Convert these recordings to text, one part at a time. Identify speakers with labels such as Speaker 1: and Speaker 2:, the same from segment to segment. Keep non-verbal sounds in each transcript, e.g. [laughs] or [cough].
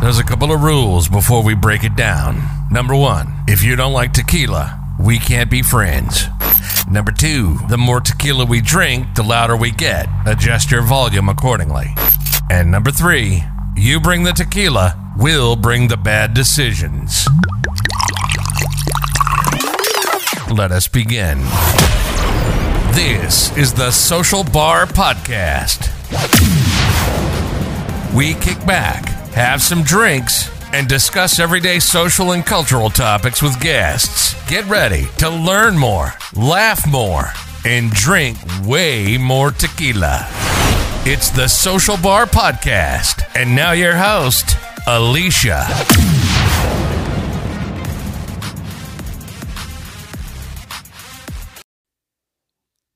Speaker 1: There's a couple of rules before we break it down. Number one, if you don't like tequila, we can't be friends. Number two, the more tequila we drink, the louder we get. Adjust your volume accordingly. And number three, you bring the tequila, we'll bring the bad decisions. Let us begin. This is the Social Bar Podcast. We kick back, have some drinks, and discuss everyday social and cultural topics with guests. Get ready to learn more, laugh more, and drink way more tequila. It's the Social Bar Podcast. And now your host, Alicia.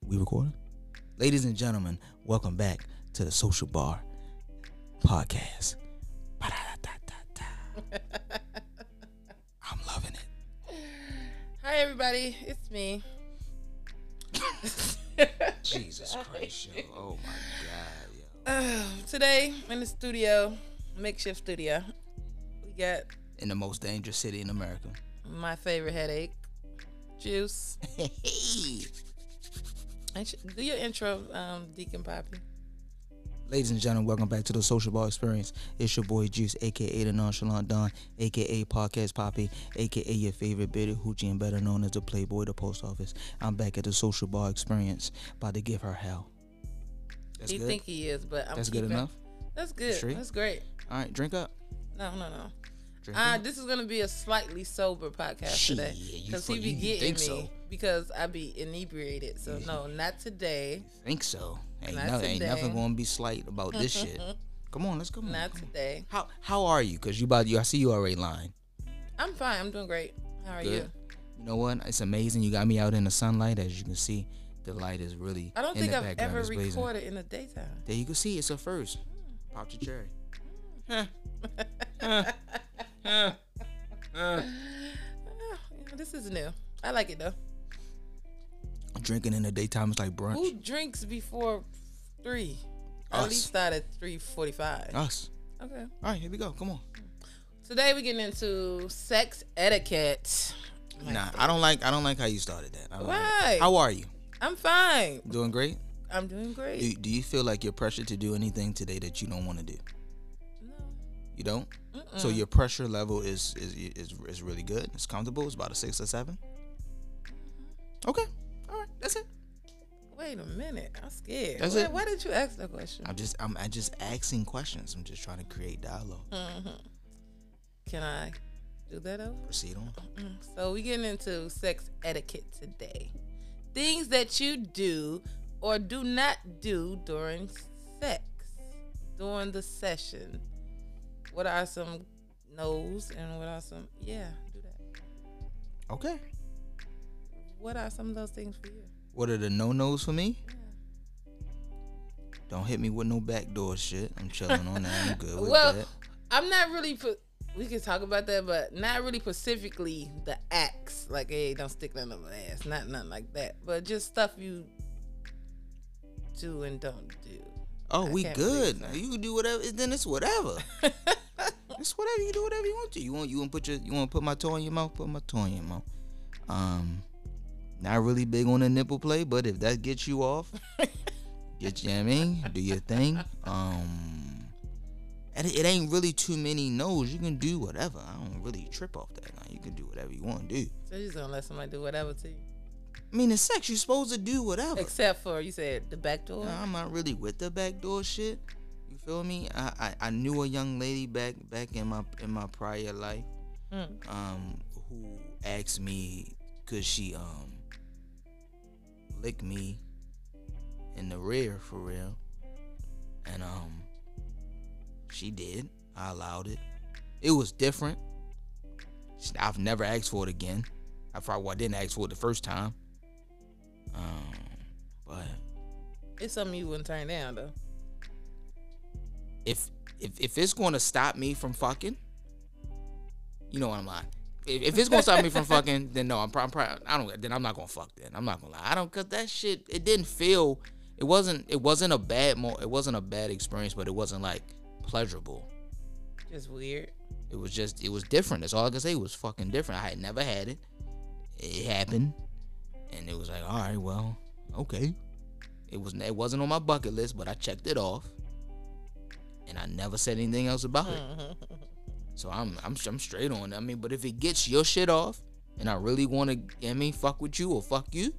Speaker 2: We recording? Ladies and gentlemen, welcome back to the Social Bar Podcast. Ba-da-da-da-da-da.
Speaker 3: [laughs]
Speaker 2: I'm loving it.
Speaker 3: Hi, everybody. It's me.
Speaker 2: [laughs]
Speaker 3: [laughs]
Speaker 2: Jesus Christ, yo. Oh my God, yo.
Speaker 3: Uh, Today in the studio, makeshift studio, we got
Speaker 2: In the most dangerous city in America. [laughs]
Speaker 3: my favorite headache, Juice. And sh- Do your intro, um, Deacon Poppy.
Speaker 2: Ladies and gentlemen, welcome back to the Social Bar Experience. It's your boy Juice, aka the Nonchalant Don, aka Podcast Poppy, aka your favorite bitty hoochie and better known as the Playboy, the Post Office. I'm back at the Social Bar Experience, about to give her hell. That's
Speaker 3: you
Speaker 2: good.
Speaker 3: think he is, but I'm
Speaker 2: That's good
Speaker 3: keeping-
Speaker 2: enough.
Speaker 3: That's good.
Speaker 2: Sure.
Speaker 3: That's great.
Speaker 2: All right, drink up.
Speaker 3: No, no, no.
Speaker 2: Drink
Speaker 3: Uh,
Speaker 2: up.
Speaker 3: this is gonna be a slightly sober podcast
Speaker 2: Shit,
Speaker 3: today
Speaker 2: you
Speaker 3: because
Speaker 2: fu-
Speaker 3: he be
Speaker 2: you
Speaker 3: getting me
Speaker 2: think so.
Speaker 3: because I be inebriated. So no, not today.
Speaker 2: Think so? Ain't,
Speaker 3: Not
Speaker 2: no, ain't
Speaker 3: today.
Speaker 2: nothing gonna be slight about this
Speaker 3: [laughs]
Speaker 2: shit. Come on, let's come on.
Speaker 3: Not
Speaker 2: come on.
Speaker 3: today.
Speaker 2: How how are you? Cause you about you. I see you already lying.
Speaker 3: I'm fine. I'm doing great. How are you?
Speaker 2: Good. You know what? It's amazing. You got me out in the sunlight, as you can see. The light is really.
Speaker 3: I don't
Speaker 2: in
Speaker 3: think
Speaker 2: the
Speaker 3: I've
Speaker 2: background.
Speaker 3: ever
Speaker 2: It's blazing.
Speaker 3: recorded in the daytime.
Speaker 2: There you can see it's a first. Pop your cherry.
Speaker 3: Yeah, This is new. I like it though.
Speaker 2: Drinking in the daytime is like brunch.
Speaker 3: Who drinks before three? I At
Speaker 2: Us. Uh.
Speaker 3: least start at three forty-five.
Speaker 2: Us.
Speaker 3: Okay.
Speaker 2: All right, here we go. Come on.
Speaker 3: Today we're getting into sex etiquette.
Speaker 2: Nah, I don't like. I don't like how you started that. I don't like it.
Speaker 3: Why?
Speaker 2: How are you?
Speaker 3: I'm fine.
Speaker 2: Doing great.
Speaker 3: I'm doing great.
Speaker 2: Do, do you feel like you're pressured to do anything today that you don't want to do?
Speaker 3: no.
Speaker 2: You don't. So your pressure level is is, is is really good. It's comfortable. It's about a six or seven. Okay. All right. That's it.
Speaker 3: Wait a minute. I'm scared.
Speaker 2: That's
Speaker 3: why,
Speaker 2: it.
Speaker 3: why did you ask that question?
Speaker 2: I'm just I'm, I'm just asking questions. I'm just trying to create dialogue.
Speaker 3: Can I do that over?
Speaker 2: Proceed on.
Speaker 3: So we getting into sex etiquette today. Things that you do or do not do during sex, during the session. What are some no's and what are some yeah, do that.
Speaker 2: Okay.
Speaker 3: What are some of those things for you?
Speaker 2: What are the no nos for me? Don't hit me with no backdoor shit. I'm chilling on that. I'm good with
Speaker 3: well,
Speaker 2: that.
Speaker 3: I'm not really put we can talk about that, but not really specifically the acts. Like, hey, don't stick none of my ass. Not nothing like that. But just stuff you do and don't do.
Speaker 2: Oh, we
Speaker 3: can't
Speaker 2: good. You can do whatever. Then it's whatever. it's whatever. You do whatever you want to. You want you want to put your you want to put my toe in your mouth. Put my toe in your mouth. Um, not really big on the nipple play, but if that gets you off, get you. know what I mean, do your thing. Um, and it, it ain't really too many no's. You can do whatever. I don't really trip off that. Now. You can do whatever you want to do.
Speaker 3: So you just gonna let somebody do whatever to you.
Speaker 2: I mean, in sex, you're supposed to do whatever.
Speaker 3: Except for you said the back door.
Speaker 2: Nah, I'm not really with the backdoor shit. You feel me? I, I, I knew a young lady back back in my in my prior life,
Speaker 3: Mm.
Speaker 2: um, who asked me could she um lick me in the rear for real, and um she did. I allowed it. It was different. She- I've never asked for it again. I probably well, I didn't ask for it the first time. Um, but
Speaker 3: It's something you wouldn't turn down though.
Speaker 2: if if if it's going to stop me from fucking, you know what I'm lying. If, if it's going to stop me from fucking, then no, I'm probably I don't. Then I'm not going to fuck. Then I'm not going to lie. I don't cause that shit. It didn't feel. It wasn't. It wasn't a bad mo. It wasn't a bad experience, but it wasn't like pleasurable.
Speaker 3: It's weird.
Speaker 2: It was just it was different. That's all I could say. It was fucking different. I had never had it. It happened, and it was like, all right, well, okay. It was it wasn't on my bucket list, but I checked it off, and I never said anything else about it. So I'm I'm I'm straight on. it. I mean, but if it gets your shit off, and I really want to, I mean, fuck with you or fuck you,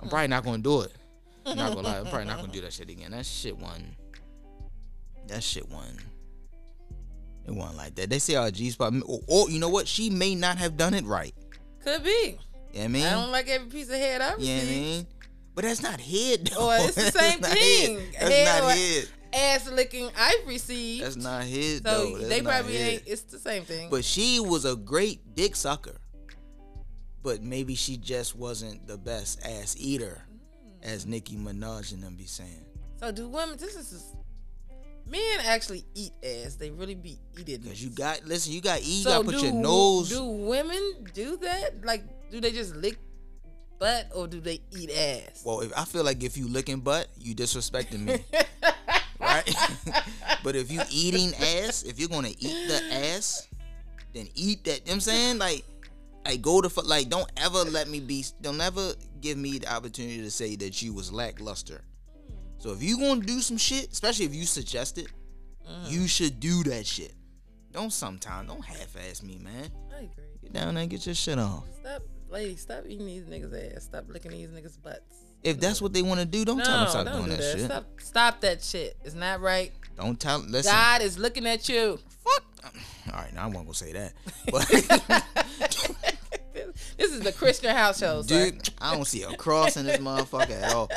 Speaker 2: I'm probably not gonna do it. I'm not gonna lie, I'm probably not gonna do that shit again. That shit won. That shit won. It won like that. They say oh, our G spot. Or, or you know what? She may not have done it right.
Speaker 3: Could be.
Speaker 2: You know what I mean,
Speaker 3: I don't like every piece of head
Speaker 2: you know
Speaker 3: I receive.
Speaker 2: what I mean. But that's not head. Though.
Speaker 3: Or Oh, it's
Speaker 2: [laughs]
Speaker 3: the
Speaker 2: That's
Speaker 3: same
Speaker 2: not
Speaker 3: thing.
Speaker 2: head. That's
Speaker 3: Head
Speaker 2: not
Speaker 3: or-
Speaker 2: head.
Speaker 3: Ass licking I've received.
Speaker 2: That's not head
Speaker 3: so
Speaker 2: though. That's
Speaker 3: they
Speaker 2: not
Speaker 3: probably
Speaker 2: head.
Speaker 3: ain't. It's the same thing.
Speaker 2: But she was a great dick sucker. But maybe she just wasn't the best ass eater,
Speaker 3: Mm.
Speaker 2: as Nicki Minaj and them be saying.
Speaker 3: so do women? This is just, men actually eat ass. They really be eating.
Speaker 2: Cause
Speaker 3: it.
Speaker 2: you got listen, you got you
Speaker 3: so
Speaker 2: gotta put
Speaker 3: do,
Speaker 2: your nose.
Speaker 3: Do women do that? Like, do they just lick butt or do they eat ass?
Speaker 2: Well, if, I feel like if you licking butt, you disrespecting
Speaker 3: [laughs]
Speaker 2: me, right? [laughs] but if you eating ass, if you're gonna eat the ass, then eat that. You know what I'm saying like, like go to fu- like don't ever let me be. Don't ever give me the opportunity to say that you was lackluster. So if you gonna do some shit, especially if you suggest it,
Speaker 3: Mm.
Speaker 2: you should do that shit. Don't sometime. Don't half-ass me, man.
Speaker 3: I agree.
Speaker 2: Get down there and get your shit off.
Speaker 3: Stop, ladies. Stop eating these niggas' ass. Stop licking these niggas' butts.
Speaker 2: If that's what they want to do, don't
Speaker 3: No,
Speaker 2: tell them to stop
Speaker 3: don't
Speaker 2: doing
Speaker 3: do
Speaker 2: that,
Speaker 3: that.
Speaker 2: shit.
Speaker 3: Stop, stop that shit. It's not right.
Speaker 2: Don't tell. Listen.
Speaker 3: God is looking at you. [laughs]
Speaker 2: fuck. All right, now I won't go say that, but
Speaker 3: This is the Christian household,
Speaker 2: [laughs]
Speaker 3: sir.
Speaker 2: dude, I don't see a cross in
Speaker 3: [laughs]
Speaker 2: this motherfucker at all.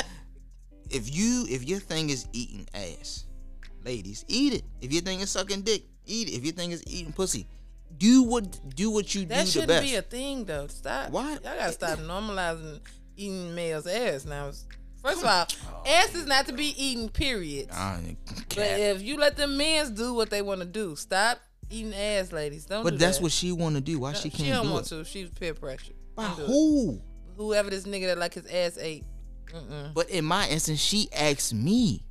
Speaker 2: If you if your thing is eating ass, ladies, eat it. If your thing is sucking dick, eat it. If your thing is eating pussy, do what do what you
Speaker 3: That
Speaker 2: do the
Speaker 3: shouldn't
Speaker 2: best.
Speaker 3: be a thing, though. Stop.
Speaker 2: Why-
Speaker 3: Y'all
Speaker 2: [laughs]
Speaker 3: gotta stop normalizing eating males' ass now. First of all, ass is not to be eaten, period.
Speaker 2: I ain't
Speaker 3: But
Speaker 2: cap.
Speaker 3: if you let the men's do what they want to do, stop eating ass, ladies. Don't.
Speaker 2: But
Speaker 3: do
Speaker 2: that's
Speaker 3: that.
Speaker 2: what she want to do. Why she
Speaker 3: she
Speaker 2: can't
Speaker 3: don't
Speaker 2: do
Speaker 3: want
Speaker 2: it?
Speaker 3: to. She's peer pressure.
Speaker 2: By
Speaker 3: Don't do it.
Speaker 2: who?
Speaker 3: Whoever this nigga that like his ass ate. Mm-mm.
Speaker 2: But in my instance, she asked me.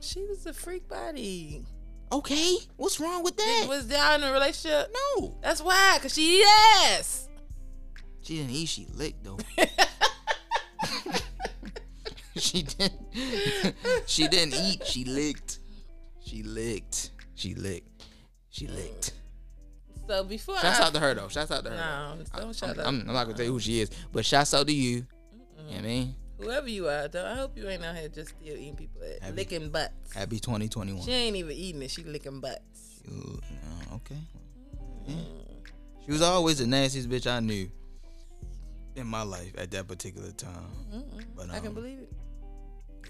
Speaker 3: She was a freak body.
Speaker 2: Okay, what's wrong with that?
Speaker 3: Was y'all in a relationship?
Speaker 2: no,
Speaker 3: That's why, cause she eat ass.
Speaker 2: She didn't eat. She licked
Speaker 3: [laughs]
Speaker 2: though. she didn't. she didn't eat. She licked. She licked. She licked. She licked.
Speaker 3: So before
Speaker 2: Shouts
Speaker 3: I,
Speaker 2: out to her though. Shouts out to her.
Speaker 3: No, don't shout
Speaker 2: I'm,
Speaker 3: out.
Speaker 2: I'm, I'm not gonna tell you who she is, but shouts out to you. You know what I mean,
Speaker 3: Whoever you are, though, I hope you ain't out here just still eating people,
Speaker 2: Happy-
Speaker 3: licking butts.
Speaker 2: happy 2021.
Speaker 3: She ain't even eating it; she licking butts.
Speaker 2: Ooh, uh, okay. Yeah. She was always the nastiest bitch I knew in my life at that particular time. But
Speaker 3: I can
Speaker 2: um,
Speaker 3: believe it.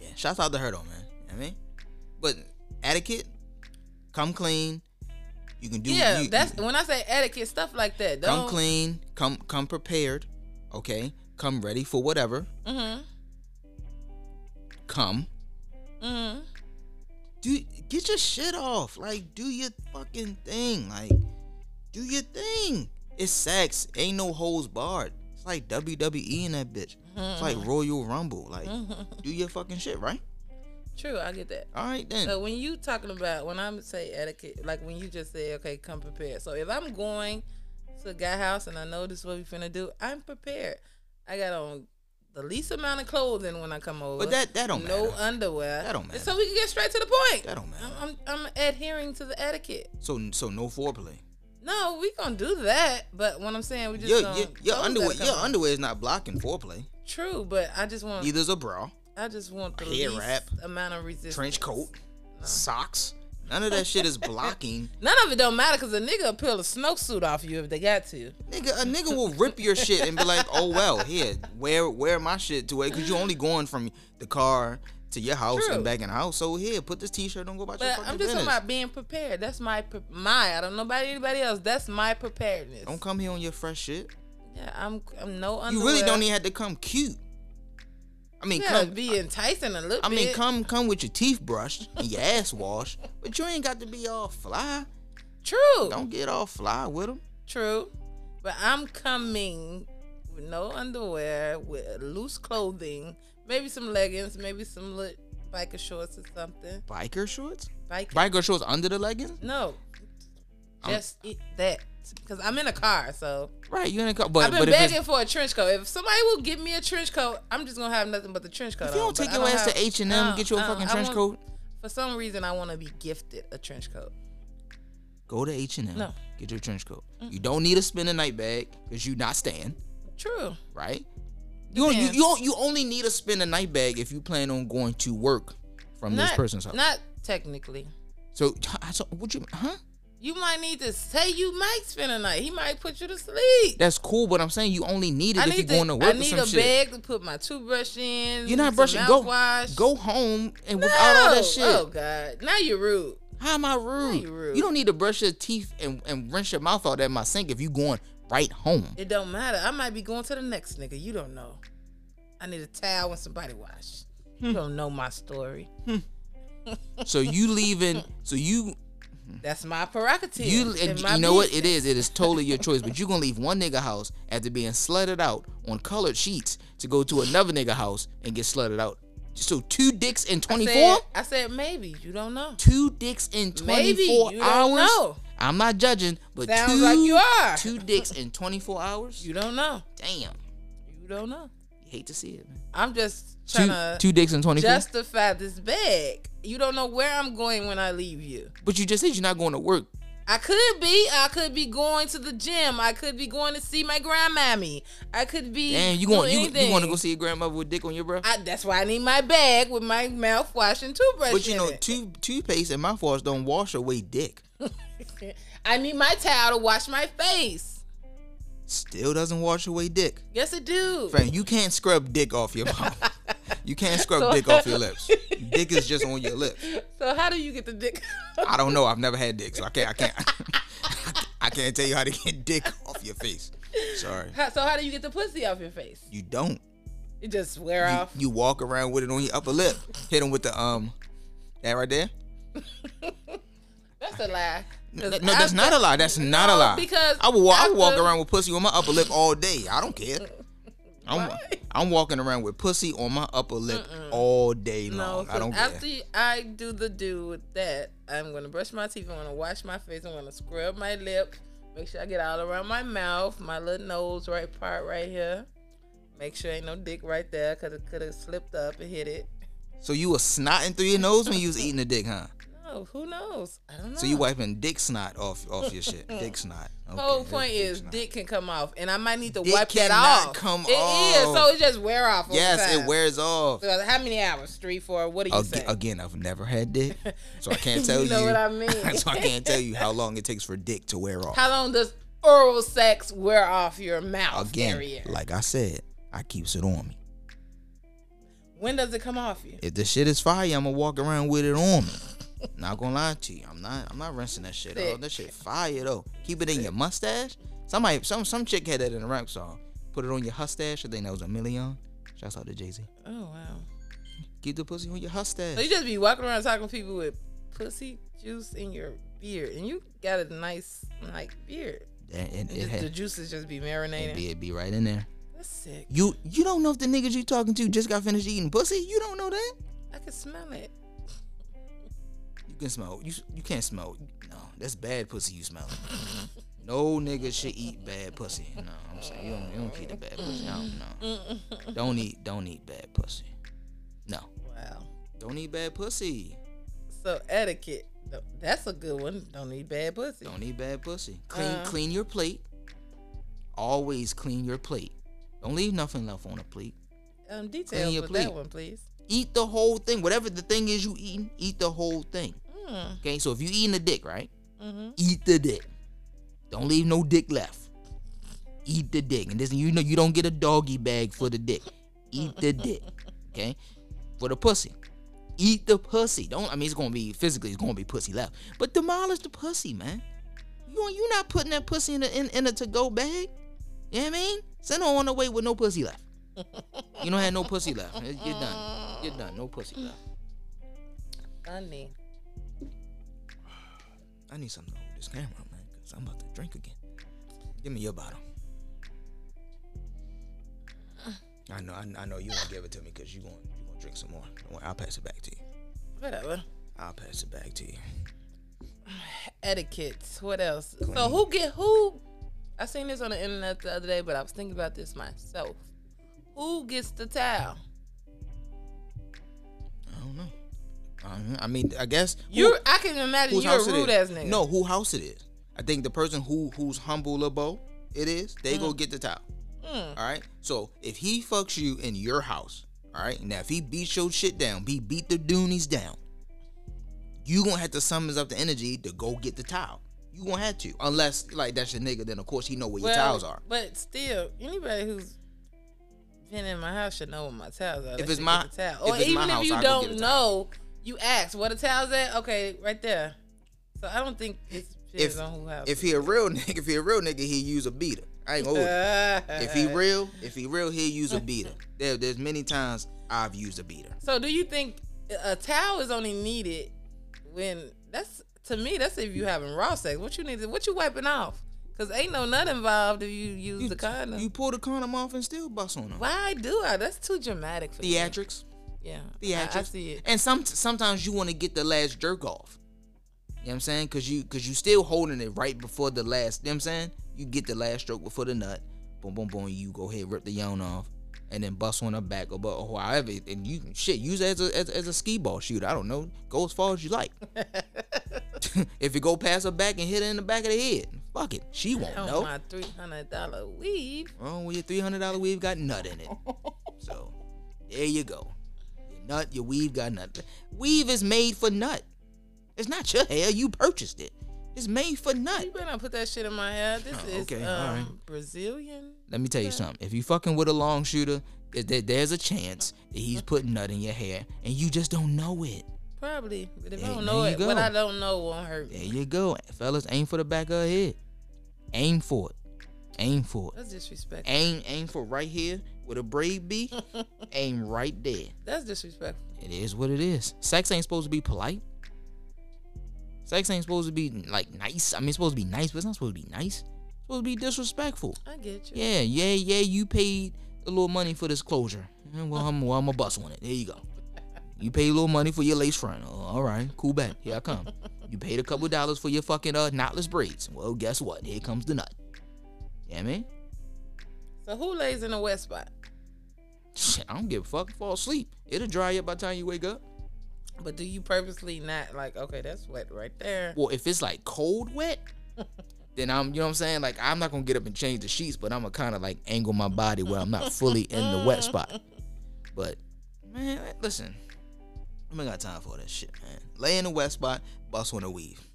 Speaker 2: Yeah, shouts out to her though, man. You know what I mean, but etiquette, come clean. You can do.
Speaker 3: yeah,
Speaker 2: you-
Speaker 3: that's
Speaker 2: you-
Speaker 3: when I say etiquette stuff like that. Don't,
Speaker 2: come clean. Come come prepared. Okay, come ready for whatever.
Speaker 3: Mm-hmm.
Speaker 2: Come,
Speaker 3: Mm-hmm.
Speaker 2: do get your shit off. Like do your fucking thing. Like do your thing. It's sex. Ain't no holes barred. It's like WWE in that bitch. It's
Speaker 3: Mm-hmm.
Speaker 2: like Royal Rumble. Like do your fucking shit, right?
Speaker 3: True, I get that.
Speaker 2: All right then.
Speaker 3: [laughs] So when you talking about when I'm say etiquette, like when you just say, okay, come prepared. So if I'm going to a guy house and I know this is what we finna do, I'm prepared. I got on the least amount of clothing when I come over.
Speaker 2: but that that don't
Speaker 3: no
Speaker 2: matter.
Speaker 3: underwear.
Speaker 2: That don't matter.
Speaker 3: So we can get straight to the point.
Speaker 2: That don't matter.
Speaker 3: I'm, I'm, I'm adhering to the etiquette.
Speaker 2: so so no foreplay.
Speaker 3: No, we gonna do that. But what I'm saying, we just
Speaker 2: your,
Speaker 3: gonna,
Speaker 2: your, your
Speaker 3: clothes
Speaker 2: underwear
Speaker 3: gotta
Speaker 2: your
Speaker 3: come on.
Speaker 2: underwear is not blocking foreplay.
Speaker 3: True, but I just want
Speaker 2: Neither's a bra,
Speaker 3: I just want the
Speaker 2: Hair
Speaker 3: least
Speaker 2: wrap.
Speaker 3: amount of resistance.
Speaker 2: trench coat, socks. None of that shit
Speaker 3: [laughs]
Speaker 2: is blocking.
Speaker 3: None of it don't matter because a nigga will peel a snowsuit off you if they got to.
Speaker 2: Nigga, a nigga will rip your shit and be like, "Oh well, here, wear wear my shit to it, because you only going from the car to your house
Speaker 3: True.
Speaker 2: and back in the house. So here, put this t-shirt on, go about your
Speaker 3: But
Speaker 2: fucking
Speaker 3: I'm just talking
Speaker 2: business.
Speaker 3: about being prepared. That's my pre- my. I don't know about anybody else. That's my preparedness.
Speaker 2: Don't come here on your fresh shit.
Speaker 3: Yeah, I'm I'm no underwear.
Speaker 2: You really don't even have to come cute. I mean,
Speaker 3: Yeah,
Speaker 2: come.
Speaker 3: be enticing a little
Speaker 2: I mean,
Speaker 3: bit.
Speaker 2: come come with your teeth brushed and your ass washed, but you ain't got to be all fly.
Speaker 3: True.
Speaker 2: Don't get all fly with them.
Speaker 3: True. But I'm coming with no underwear, with loose clothing, maybe some leggings, maybe some lit biker shorts or something.
Speaker 2: biker shorts?
Speaker 3: Biker.
Speaker 2: Biker shorts under the leggings?
Speaker 3: no. Just eat that. Because I'm in a car, so
Speaker 2: Right, you in a car, but
Speaker 3: I've been
Speaker 2: but if, it's-
Speaker 3: begging for a trench coat. If somebody will give me a trench coat, I'm just gonna have nothing but the trench coat.
Speaker 2: if you
Speaker 3: on,
Speaker 2: don't uh,
Speaker 3: but
Speaker 2: take
Speaker 3: I
Speaker 2: your ass
Speaker 3: have-
Speaker 2: to H and
Speaker 3: I
Speaker 2: M,
Speaker 3: don't-
Speaker 2: get you a
Speaker 3: I don't-
Speaker 2: fucking
Speaker 3: I
Speaker 2: trench
Speaker 3: want-
Speaker 2: coat.
Speaker 3: For some reason, I want to be gifted a trench coat.
Speaker 2: Go to H and M.
Speaker 3: No.
Speaker 2: Get your trench coat. You don't need to spend a night bag because you not staying.
Speaker 3: True.
Speaker 2: right? You, you
Speaker 3: Depends.
Speaker 2: you you only need to spend a night bag if you plan on going to work from
Speaker 3: Not,
Speaker 2: this person's house.
Speaker 3: not technically.
Speaker 2: so, so what you huh?
Speaker 3: You might need to say you might spend a night. He might put you to sleep.
Speaker 2: That's cool, but I'm saying you only need it
Speaker 3: I
Speaker 2: if you're
Speaker 3: need
Speaker 2: going
Speaker 3: to,
Speaker 2: to
Speaker 3: I
Speaker 2: work or
Speaker 3: need
Speaker 2: some
Speaker 3: a
Speaker 2: shit.
Speaker 3: bag to put my toothbrush in.
Speaker 2: You're not
Speaker 3: some
Speaker 2: brushing. Go
Speaker 3: mouthwash.
Speaker 2: go home and without all
Speaker 3: No.
Speaker 2: that shit.
Speaker 3: Oh God! Now you're rude.
Speaker 2: How am I rude?
Speaker 3: you rude.
Speaker 2: You don't need to brush your teeth and, and rinse your mouth out at my sink if you going right home.
Speaker 3: It don't matter. I might be going to the next nigga. You don't know. I need a towel and some body wash.
Speaker 2: Hmm.
Speaker 3: You don't know my story.
Speaker 2: so you leaving. So
Speaker 3: [laughs]
Speaker 2: you
Speaker 3: That's my prerogative.
Speaker 2: Hmm. You
Speaker 3: and
Speaker 2: and
Speaker 3: my
Speaker 2: you know what it
Speaker 3: business.
Speaker 2: is. It is totally your choice.
Speaker 3: [laughs]
Speaker 2: But you gonna leave one nigga house after being slutted out on colored sheets to go to another nigga house and get slutted out. So two dicks in
Speaker 3: I
Speaker 2: twenty
Speaker 3: said-
Speaker 2: four.
Speaker 3: I said maybe. You don't know.
Speaker 2: Two dicks in twenty
Speaker 3: Maybe
Speaker 2: four
Speaker 3: you don't
Speaker 2: hours.
Speaker 3: know.
Speaker 2: I'm not judging, but
Speaker 3: Sounds
Speaker 2: two
Speaker 3: like you are.
Speaker 2: two dicks in twenty four hours.
Speaker 3: You don't know.
Speaker 2: Damn,
Speaker 3: You don't know.
Speaker 2: you hate to see it, man.
Speaker 3: I'm just trying to
Speaker 2: Two, two dicks in twenty four.
Speaker 3: justify this bag. You don't know where I'm going when I leave you.
Speaker 2: But you just said you're not going to work.
Speaker 3: I could be. I could be going to the gym. I could be going to see my grandmammy. I could be.
Speaker 2: Damn, you going you,
Speaker 3: doing
Speaker 2: you going to
Speaker 3: anything.
Speaker 2: go see your grandmother with dick on your breath?
Speaker 3: I, that's why I need my bag with my mouthwash and toothbrush.
Speaker 2: But you
Speaker 3: in
Speaker 2: know,
Speaker 3: it.
Speaker 2: two toothpaste and mouthwash don't wash away dick.
Speaker 3: I need my towel to wash my face.
Speaker 2: Still doesn't wash away dick.
Speaker 3: Yes, it do.
Speaker 2: Fam, you can't scrub dick off your
Speaker 3: [laughs]
Speaker 2: mouth. You can't scrub dick off your lips. Dick is just on your lips.
Speaker 3: So how do you get the dick? [laughs]
Speaker 2: I don't know. I've never had dick, so I can't. [laughs] I can't. I can't tell you how to get dick off your face. Sorry,
Speaker 3: How- so how do you get the pussy off your face?
Speaker 2: you don't.
Speaker 3: It just wear
Speaker 2: You,
Speaker 3: off.
Speaker 2: you walk around with it on your upper lip. Hit him with the um, that right there.
Speaker 3: That's a lie.
Speaker 2: No, that- no, that's not a lie. That's not a
Speaker 3: No,
Speaker 2: lie.
Speaker 3: because
Speaker 2: I will. wa- I will walk
Speaker 3: after-
Speaker 2: around with pussy on my upper lip all day. I don't
Speaker 3: [laughs]
Speaker 2: care. I'm,
Speaker 3: Why?
Speaker 2: I'm walking around with pussy on my upper lip all day long. I
Speaker 3: 'cause
Speaker 2: don't care.
Speaker 3: after you- I do the do with that, I'm gonna brush my teeth. I'm gonna wash my face. I'm gonna scrub my lip. Make sure I get all around my mouth, my little nose right part right here. Make sure ain't no dick right there, cause it could have slipped up and hit it.
Speaker 2: So you was snotting through your nose when you was eating the dick, huh?
Speaker 3: No, who knows? I don't know.
Speaker 2: So you wiping dick snot off off your
Speaker 3: [laughs]
Speaker 2: shit. Dick snot. Okay,
Speaker 3: The whole
Speaker 2: that's
Speaker 3: point
Speaker 2: dick
Speaker 3: is
Speaker 2: snot.
Speaker 3: dick can come off, and I might need to
Speaker 2: Dick
Speaker 3: wipe that
Speaker 2: cannot
Speaker 3: off.
Speaker 2: come
Speaker 3: It is,
Speaker 2: off.
Speaker 3: so it just wear off. over
Speaker 2: Yes, it
Speaker 3: time.
Speaker 2: wears off.
Speaker 3: So how many hours? Three, four. What do you
Speaker 2: Ag-
Speaker 3: say?
Speaker 2: Again, I've never had
Speaker 3: [laughs]
Speaker 2: dick, so I can't
Speaker 3: You
Speaker 2: tell you.
Speaker 3: know what I mean.
Speaker 2: [laughs] so I can't tell you how
Speaker 3: [laughs]
Speaker 2: long it takes for dick to wear off.
Speaker 3: How long does oral sex wear off your mouth
Speaker 2: Again,
Speaker 3: area?
Speaker 2: like I said, I keeps it on me.
Speaker 3: when does it come off you?
Speaker 2: If the shit is fire, I'ma walk around with it on me. Not gonna lie to you, I'm not. I'm not rinsing that shit out.
Speaker 3: Sick.
Speaker 2: That shit fire though. Keep it in your mustache. Somebody, some some chick had that in a rap song. Put it on your mustache. I think that was a million. Shouts out to Jay Z.
Speaker 3: Oh wow.
Speaker 2: Keep the pussy on your
Speaker 3: So you
Speaker 2: mustache.
Speaker 3: just be walking around talking to people with pussy juice in your beard, and you got a nice like beard.
Speaker 2: And, and
Speaker 3: And
Speaker 2: it
Speaker 3: just- the
Speaker 2: had,
Speaker 3: juices just be
Speaker 2: it
Speaker 3: marinating.
Speaker 2: be, it be right in there.
Speaker 3: That's sick.
Speaker 2: You you don't know if the niggas you talking to just got finished eating pussy. You don't know that.
Speaker 3: I can smell it.
Speaker 2: You can smell. You you can't smell. No, that's bad pussy you smell. no nigga should eat bad pussy. No, I'm saying you don't, you don't eat the bad pussy. No, no. Don't eat don't eat bad pussy. No,
Speaker 3: Wow.
Speaker 2: don't eat bad pussy.
Speaker 3: So etiquette. Th- That's a good one. Don't need bad pussy.
Speaker 2: Don't eat bad pussy. Clean
Speaker 3: Uh.
Speaker 2: clean your plate. Always clean your plate. Don't leave nothing left on the plate.
Speaker 3: Um,
Speaker 2: Clean
Speaker 3: details
Speaker 2: your
Speaker 3: with
Speaker 2: plate.
Speaker 3: that one, please.
Speaker 2: Eat the whole thing. Whatever the thing is you eating, eat the whole thing.
Speaker 3: Mm,
Speaker 2: Okay, so if you eating a dick, right?
Speaker 3: hmm
Speaker 2: eat the dick. Don't leave no dick left. Eat the dick. And this you know you don't get a doggy bag for the dick. Eat the dick. Okay? For the pussy. Eat the pussy. Don't I mean it's gonna be physically it's gonna be pussy left. But demolish the pussy, man. You you not putting that pussy in a in, in a to-go bag. You know what I mean? Send her on the way with no pussy left. You don't have no pussy left. You're done. You're done. No pussy left.
Speaker 3: Funny.
Speaker 2: I need something to hold this camera, man, because I'm about to drink again. Give me your bottle. I know, I, I know you won't give it to me because you going you gonna drink some more. Don't worry, I'll pass it back to you.
Speaker 3: Whatever.
Speaker 2: I'll pass it back to you.
Speaker 3: etiquettes. What else? So who get who? I seen this on the internet the other day, but I was thinking about this myself. Who gets the towel?
Speaker 2: I don't know. I mean- Uh-huh. I mean, I guess who-
Speaker 3: You, I can imagine
Speaker 2: whose
Speaker 3: you're a
Speaker 2: house it
Speaker 3: rude ass
Speaker 2: is.
Speaker 3: nigga.
Speaker 2: No, who house it is. I think the person who who's humbleable it is, they go get the towel.
Speaker 3: Mm.
Speaker 2: All right. So if he fucks you in your house, all right. Now if he beats your shit down, he beat the doonies down. You gonna have to summons up the energy to go get the towel. You gonna have to, unless like that's your nigga. Then of course he know where your towels are.
Speaker 3: But still, anybody who's been in my house should know what my towels are. They
Speaker 2: it's
Speaker 3: should get
Speaker 2: my-
Speaker 3: the towel.
Speaker 2: if
Speaker 3: or
Speaker 2: it's
Speaker 3: even
Speaker 2: my
Speaker 3: if
Speaker 2: house,
Speaker 3: you
Speaker 2: I go get
Speaker 3: don't
Speaker 2: a towel.
Speaker 3: know, you ask where the towels at. Okay, right there. So I don't think it's depends
Speaker 2: If
Speaker 3: on who house.
Speaker 2: if he a real [laughs] nigga, if he a real nigga, he use a beater. I ain't old. If he real, if he real, he'll use a beater. There, there's many times I've used a beater.
Speaker 3: [laughs] So do you think a towel is only needed when that's to me that's if you having raw sex. What you need to what you wiping off? Cause ain't no nut involved if you use the condom.
Speaker 2: You pull the condom off and still bust on him.
Speaker 3: Why do I? That's too dramatic for me.
Speaker 2: Theatrics,
Speaker 3: Yeah,
Speaker 2: theatrics.
Speaker 3: I, I see it.
Speaker 2: And some sometimes you want to get the last jerk off. You know what I'm saying? Cause you cause you still holding it right before the last. You know what I'm saying? You get the last stroke before the nut. Boom, boom, boom. You go ahead, rip the yarn off, and then bust on her back or, bu- or however. And you shit use it as a as, as a skee ball shooter. I don't know. Go as far as you like.
Speaker 3: [laughs]
Speaker 2: [laughs] if you go past her back and hit her in the back of the head, fuck it. She won't
Speaker 3: Oh
Speaker 2: know.
Speaker 3: my three hundred dollar weave.
Speaker 2: Oh, well, your three hundred dollar weave got nut in it. so there you go. Your nut, your weave got nut. Weave is made for nut. It's not your hair. You purchased it. It's made for nut.
Speaker 3: You better not put that shit in my hair. This
Speaker 2: Oh,
Speaker 3: is
Speaker 2: okay,
Speaker 3: um,
Speaker 2: alright.
Speaker 3: Brazilian.
Speaker 2: Let me tell you something. If you fucking with a long shooter, there- there- there's a chance that he's putting nut in your hair, and you just don't know it.
Speaker 3: Probably, but if I
Speaker 2: Hey,
Speaker 3: don't know
Speaker 2: there you
Speaker 3: it, what
Speaker 2: go.
Speaker 3: I don't know won't hurt
Speaker 2: There
Speaker 3: me.
Speaker 2: you go, fellas. Aim for the back of her head. Aim for it. Aim for it.
Speaker 3: That's disrespectful.
Speaker 2: Aim, aim for right here where the braid be. aim right there.
Speaker 3: That's disrespectful.
Speaker 2: It is what it is. Sex ain't supposed to be polite. Sex ain't supposed to be like nice. I mean, it's supposed to be nice, but it's not supposed to be nice. It's supposed to be disrespectful.
Speaker 3: I get you.
Speaker 2: Yeah, yeah, yeah. You paid a little money for this closure. Eh, Well, I'm, well, I'm a bust on it. There you go. You paid a little money for your lace front. Oh, all right, cool back. Here I come. You paid a couple dollars for your fucking uh knotless braids. Well, guess what? Here comes the nut. Yeah, man.
Speaker 3: So who lays in the wet spot?
Speaker 2: Shit, I don't give a fuck. Fall asleep. It'll dry up by the time you wake up.
Speaker 3: But do you purposely not like? Okay, that's wet right there.
Speaker 2: Well, if it's like cold wet, then I'm, you know what I'm saying? Like, I'm not gonna get up and change the sheets, but I'm gonna kind of like angle my body where I'm not fully in the wet spot. But, man, listen, I ain't got time for that shit, man. Lay in the wet spot, bust on the weave.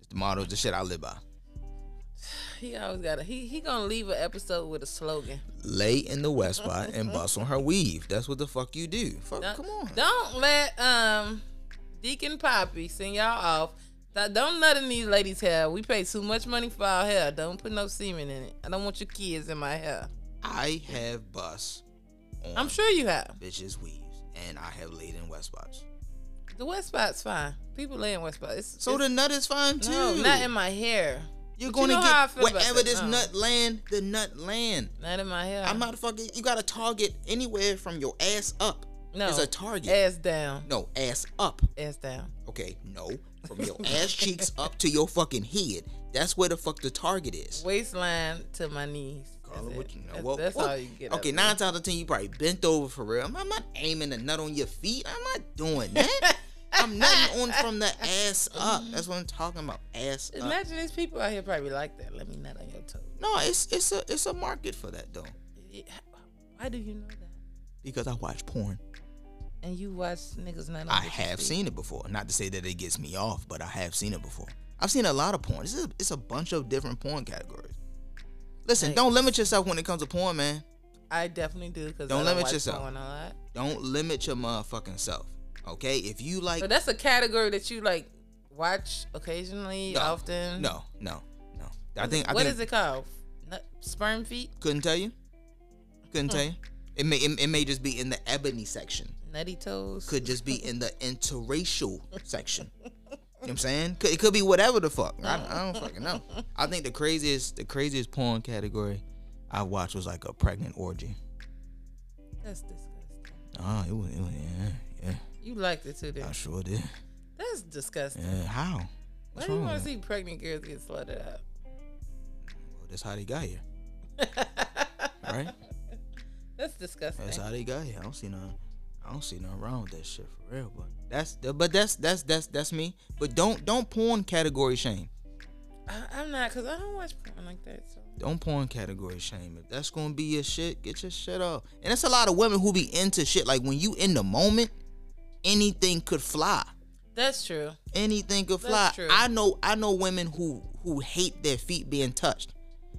Speaker 2: It's the motto, the shit I live by.
Speaker 3: He always got to He he gonna leave an episode with a slogan.
Speaker 2: Lay in the wet spot and bust on her weave. That's what the fuck you do. Fuck,
Speaker 3: Don't-
Speaker 2: come on.
Speaker 3: Don't let um Deacon Poppy send y'all off. Th- Don't nut in these ladies' hair. We pay too much money for our hair. Don't put no semen in it. I don't want your kids in my hair.
Speaker 2: I have bust on
Speaker 3: I'm sure you have.
Speaker 2: bitches' weaves, and I have laid in wet spots.
Speaker 3: The wet spot's fine. People lay in wet spots. It's,
Speaker 2: So
Speaker 3: it's,
Speaker 2: the nut is fine too.
Speaker 3: no, not in my hair.
Speaker 2: You're
Speaker 3: But you
Speaker 2: gonna
Speaker 3: know how I
Speaker 2: get
Speaker 3: feel about
Speaker 2: wherever
Speaker 3: that.
Speaker 2: this
Speaker 3: No.
Speaker 2: nut land, the nut land.
Speaker 3: Not in my hair.
Speaker 2: I'm not fucking. You got a target anywhere from your ass up.
Speaker 3: No.
Speaker 2: it's a target.
Speaker 3: Ass down.
Speaker 2: No, ass up.
Speaker 3: Ass down.
Speaker 2: Okay, no, from
Speaker 3: [laughs]
Speaker 2: your ass cheeks up to your fucking head. That's where the fuck the target is.
Speaker 3: Waistline to my knees.
Speaker 2: Call
Speaker 3: That's
Speaker 2: it
Speaker 3: it.
Speaker 2: what you know.
Speaker 3: That's,
Speaker 2: Well,
Speaker 3: that's
Speaker 2: well,
Speaker 3: all you get.
Speaker 2: Okay,
Speaker 3: out
Speaker 2: nine times out of ten, you probably bent over for real. I'm, I'm not aiming a nut on your feet. I'm not doing
Speaker 3: [laughs]
Speaker 2: that. I'm nutting on from the ass up. That's what I'm talking about. Ass
Speaker 3: there.
Speaker 2: up.
Speaker 3: Imagine these people out here probably like that. Let me nut on your toe.
Speaker 2: No, it's it's a it's a market for that though.
Speaker 3: Yeah, Why do you know that?
Speaker 2: Because I watch porn.
Speaker 3: And you watch niggas not on
Speaker 2: I
Speaker 3: bitches'
Speaker 2: have
Speaker 3: feet.
Speaker 2: seen it before. Not to say that it gets me off, but I have seen it before. I've seen a lot of porn. It's a, it's a bunch of different porn categories. Listen,
Speaker 3: Like-
Speaker 2: don't limit yourself when it comes to porn, man.
Speaker 3: I definitely do because
Speaker 2: Don't
Speaker 3: I
Speaker 2: limit
Speaker 3: watch
Speaker 2: yourself.
Speaker 3: porn a lot.
Speaker 2: Don't limit your motherfucking self. Okay? If you like
Speaker 3: So that's a category that you like watch occasionally,
Speaker 2: no,
Speaker 3: often.
Speaker 2: No, no, no. I think I
Speaker 3: What
Speaker 2: think
Speaker 3: is it called? Nut, sperm feet,
Speaker 2: couldn't tell you. Couldn't
Speaker 3: Hmm.
Speaker 2: tell you. It may it, it may just be in the ebony section.
Speaker 3: nutty toes.
Speaker 2: Could just be in the interracial section. You know what I'm saying? Could- It could be whatever the fuck. I, I don't fucking know. I think the craziest the craziest porn category I watched was like a pregnant orgy.
Speaker 3: That's disgusting.
Speaker 2: Oh, it was, it was yeah, yeah.
Speaker 3: You liked it too, then.
Speaker 2: I sure did.
Speaker 3: That's disgusting.
Speaker 2: Yeah, how?
Speaker 3: Why
Speaker 2: What's
Speaker 3: do you
Speaker 2: wrong
Speaker 3: want to
Speaker 2: with
Speaker 3: see pregnant girls get slutted up?
Speaker 2: Well, Oh, that's how they got here, right?
Speaker 3: That's disgusting.
Speaker 2: That's how they got here. I don't see nothing. I don't see nothing wrong with that shit for real. But that's but that's that's that's that's me. But don't don't porn category shame.
Speaker 3: I, I'm not, cause I don't watch porn like that. So
Speaker 2: Don't porn category shame. If that's gonna be your shit, get your shit off. And it's a lot of women who be into shit. Like when you in the moment, anything could fly.
Speaker 3: that's true.
Speaker 2: Anything could
Speaker 3: That's
Speaker 2: fly.
Speaker 3: true.
Speaker 2: I know I know women who who hate their feet being touched.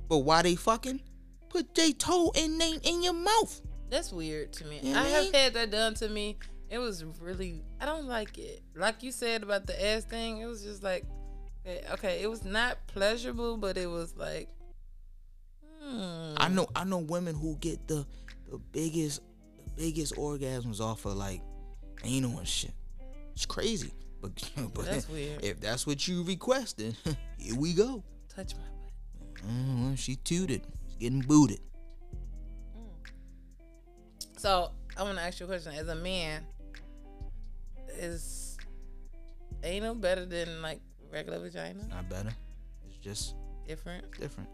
Speaker 2: But why they fucking? Put their toe and they in your mouth.
Speaker 3: That's weird to me.
Speaker 2: You
Speaker 3: I have
Speaker 2: mean?
Speaker 3: had that done to me. It was really I don't like it. Like you said about the ass thing, it was just like okay, okay, it was not pleasurable, but it was like hmm.
Speaker 2: I know I know women who get the the biggest the biggest orgasms off of like anal and shit. It's crazy. But, [laughs] but
Speaker 3: That's weird.
Speaker 2: if that's what you requested, [laughs] here we go.
Speaker 3: touch my butt.
Speaker 2: Mm, well, she tooted. She's getting booted.
Speaker 3: So I wanna ask you a question. As a man, is anal better than like regular vagina?
Speaker 2: Not better. It's just
Speaker 3: Different?
Speaker 2: different.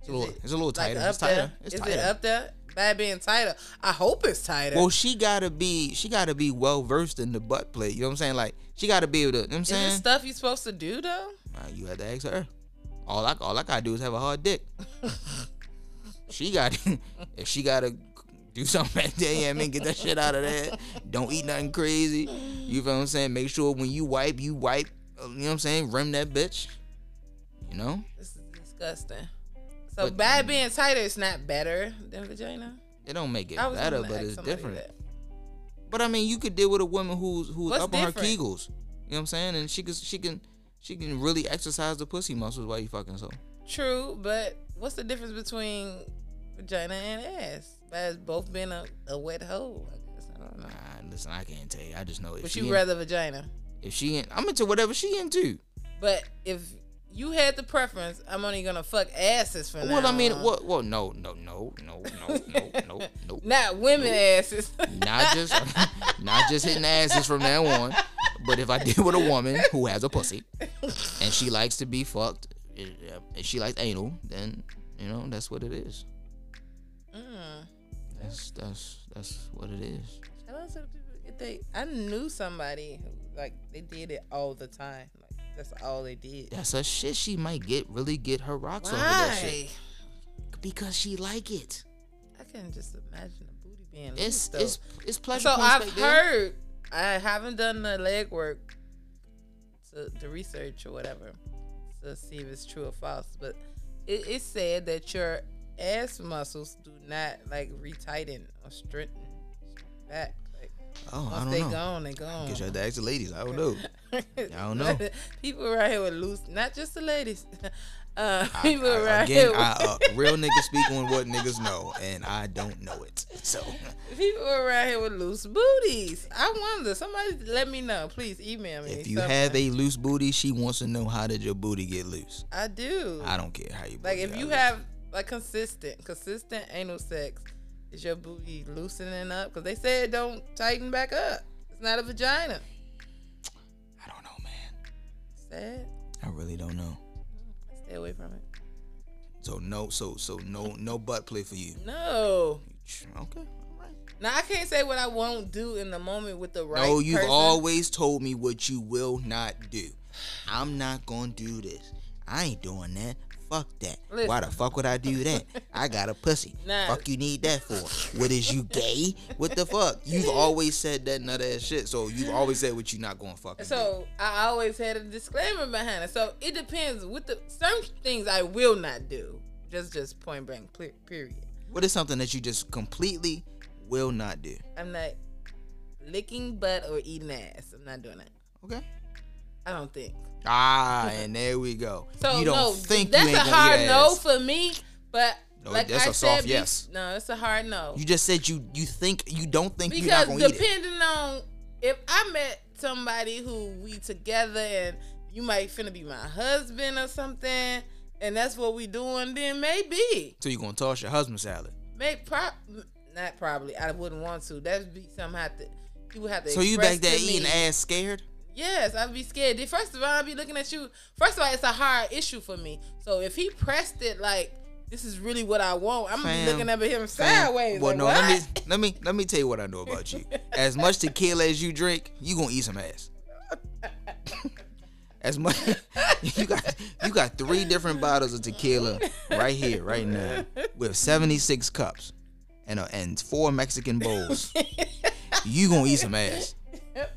Speaker 2: It's a
Speaker 3: Is
Speaker 2: little,
Speaker 3: it,
Speaker 2: it's a little
Speaker 3: Like
Speaker 2: tighter.
Speaker 3: up
Speaker 2: it's tighter.
Speaker 3: there?
Speaker 2: It's
Speaker 3: is
Speaker 2: tighter.
Speaker 3: it up there? By being tighter. I hope it's tighter.
Speaker 2: Well, she gotta be, she gotta be well versed in the butt play. You know what I'm saying? Like, she gotta be able to. You know what I'm
Speaker 3: is it
Speaker 2: saying?
Speaker 3: stuff you supposed to do though?
Speaker 2: Uh, you had to ask her. All I all I gotta do is have a hard
Speaker 3: [laughs]
Speaker 2: dick. she got [laughs] if she gotta do something back there, yeah, I mean, get that shit out of there. Don't eat nothing crazy. You feel what I'm saying? Make sure when you wipe, you wipe. uh, You know what I'm saying? Rim that bitch. You know?
Speaker 3: This is disgusting. So
Speaker 2: But-
Speaker 3: bad being tighter is not better than vagina.
Speaker 2: It don't make it
Speaker 3: I was
Speaker 2: better,
Speaker 3: gonna
Speaker 2: but
Speaker 3: ask
Speaker 2: it's
Speaker 3: somebody
Speaker 2: different.
Speaker 3: that.
Speaker 2: But I mean, you could deal with a woman who's who's
Speaker 3: What's
Speaker 2: up on her
Speaker 3: different?
Speaker 2: kegels. You know what I'm saying? And she can she can she can really exercise the pussy muscles while you fucking so.
Speaker 3: True, but what's the difference between vagina and ass? That's both being a, a wet hole. I guess I don't know.
Speaker 2: Nah, listen, I can't tell you. I just know if
Speaker 3: But
Speaker 2: she
Speaker 3: you
Speaker 2: in-
Speaker 3: rather vagina.
Speaker 2: if she in, I'm into whatever she into.
Speaker 3: But if you had the preference, I'm only gonna fuck asses for now.
Speaker 2: Well, I mean,
Speaker 3: on.
Speaker 2: well, well, no, no, no, no, no, no, no, no.
Speaker 3: Not women asses. [laughs]
Speaker 2: Not just, [laughs] not just hitting asses from now on. But if I deal with a woman who has a pussy, and she likes to be fucked, and she likes anal, then you know that's what it is.
Speaker 3: Mm.
Speaker 2: That's that's that's what it is.
Speaker 3: Shout out to the people if they. I knew somebody who like they did it all the time. Like that's all they did.
Speaker 2: That's a shit. She might get really get her rocks over that shit
Speaker 3: Why?
Speaker 2: because she like it.
Speaker 3: I can just imagine a booty being
Speaker 2: It's
Speaker 3: loose, though.
Speaker 2: it's it's pleasure.
Speaker 3: so
Speaker 2: points
Speaker 3: I've
Speaker 2: back there.
Speaker 3: heard. I haven't done the legwork, to the research or whatever, to see if it's true or false. But it, it said that your ass muscles do not like retighten or strengthen back. Like
Speaker 2: Oh, I
Speaker 3: once
Speaker 2: don't
Speaker 3: they
Speaker 2: know.
Speaker 3: gone, they gone.
Speaker 2: Guess you had to ask the ladies. I don't know.
Speaker 3: [laughs] I
Speaker 2: don't know.
Speaker 3: people around here with loose, not just the ladies. [laughs] Uh,
Speaker 2: I-
Speaker 3: people
Speaker 2: I-
Speaker 3: around
Speaker 2: again,
Speaker 3: here. [laughs]
Speaker 2: I,
Speaker 3: with-
Speaker 2: uh, real niggas speak on what niggas know, and I don't know it. So
Speaker 3: People around here with loose booties. I wonder. Somebody let me know. Please email me.
Speaker 2: if you
Speaker 3: something.
Speaker 2: have a loose booty, she wants to know how did your booty get loose.
Speaker 3: I do.
Speaker 2: I don't care how you.
Speaker 3: like
Speaker 2: booty
Speaker 3: if
Speaker 2: got
Speaker 3: you
Speaker 2: loose.
Speaker 3: have like consistent, consistent anal sex, is your booty loosening up? Because they say it don't tighten back up. It's not a vagina.
Speaker 2: I don't know, man.
Speaker 3: Sad.
Speaker 2: I really don't know.
Speaker 3: Stay away from it.
Speaker 2: So no, so so no, no butt play for you.
Speaker 3: No.
Speaker 2: Okay. all right.
Speaker 3: Now I can't say what I won't do in the moment with the right.
Speaker 2: no, you've
Speaker 3: person.
Speaker 2: always told me what you will not do. I'm not gonna do this. I ain't doing that. Fuck that. Why the
Speaker 3: Listen.
Speaker 2: fuck would I do
Speaker 3: [laughs]
Speaker 2: that? I got a pussy.
Speaker 3: Nah.
Speaker 2: Fuck you need that for? What is you gay? What the fuck? You've always said that nut ass shit. So you've always said what you not gonna fucking do.
Speaker 3: So I always had a disclaimer behind it. So it depends. With the some things I will not do. Just just point blank. ple- Period.
Speaker 2: What is something that you just completely will not do?
Speaker 3: I'm not licking butt or eating ass. I'm not doing that.
Speaker 2: Okay.
Speaker 3: I don't think.
Speaker 2: Ah,
Speaker 3: [laughs]
Speaker 2: and there we go.
Speaker 3: So
Speaker 2: you don't
Speaker 3: no,
Speaker 2: think
Speaker 3: that's
Speaker 2: you ain't
Speaker 3: a
Speaker 2: gonna
Speaker 3: hard
Speaker 2: eat
Speaker 3: no
Speaker 2: ass.
Speaker 3: for me. But
Speaker 2: No,
Speaker 3: like
Speaker 2: that's
Speaker 3: I
Speaker 2: a
Speaker 3: said,
Speaker 2: soft
Speaker 3: be-
Speaker 2: yes.
Speaker 3: no, it's a hard no.
Speaker 2: You just said you you think you don't think you're
Speaker 3: because
Speaker 2: not gonna eat it.
Speaker 3: depending on if I met somebody who we together and you might finna be my husband or something, and that's what we doing, then maybe,
Speaker 2: So you're gonna toss your husband salad.
Speaker 3: maybe prob, not probably. I wouldn't want to. That'd be something I have to. You would have to.
Speaker 2: So you
Speaker 3: express
Speaker 2: back there
Speaker 3: to
Speaker 2: eating
Speaker 3: me.
Speaker 2: ass scared?
Speaker 3: Yes, I'd be scared. Then First of all, I'd be looking at you. First of all, it's a hard issue for me. So if he pressed it like this is really what I want, I'm
Speaker 2: Fam,
Speaker 3: be looking up at him
Speaker 2: Fam,
Speaker 3: sideways.
Speaker 2: Well,
Speaker 3: like,
Speaker 2: no,
Speaker 3: what?
Speaker 2: let me [laughs] let me let me tell you what I know about you. As much tequila as you drink, you gonna eat some
Speaker 3: [laughs]
Speaker 2: ass. As much [laughs] you got you got three different bottles of tequila right here, right now, with seventy six cups and uh, and four Mexican bowls. You gonna eat some ass.
Speaker 3: [laughs]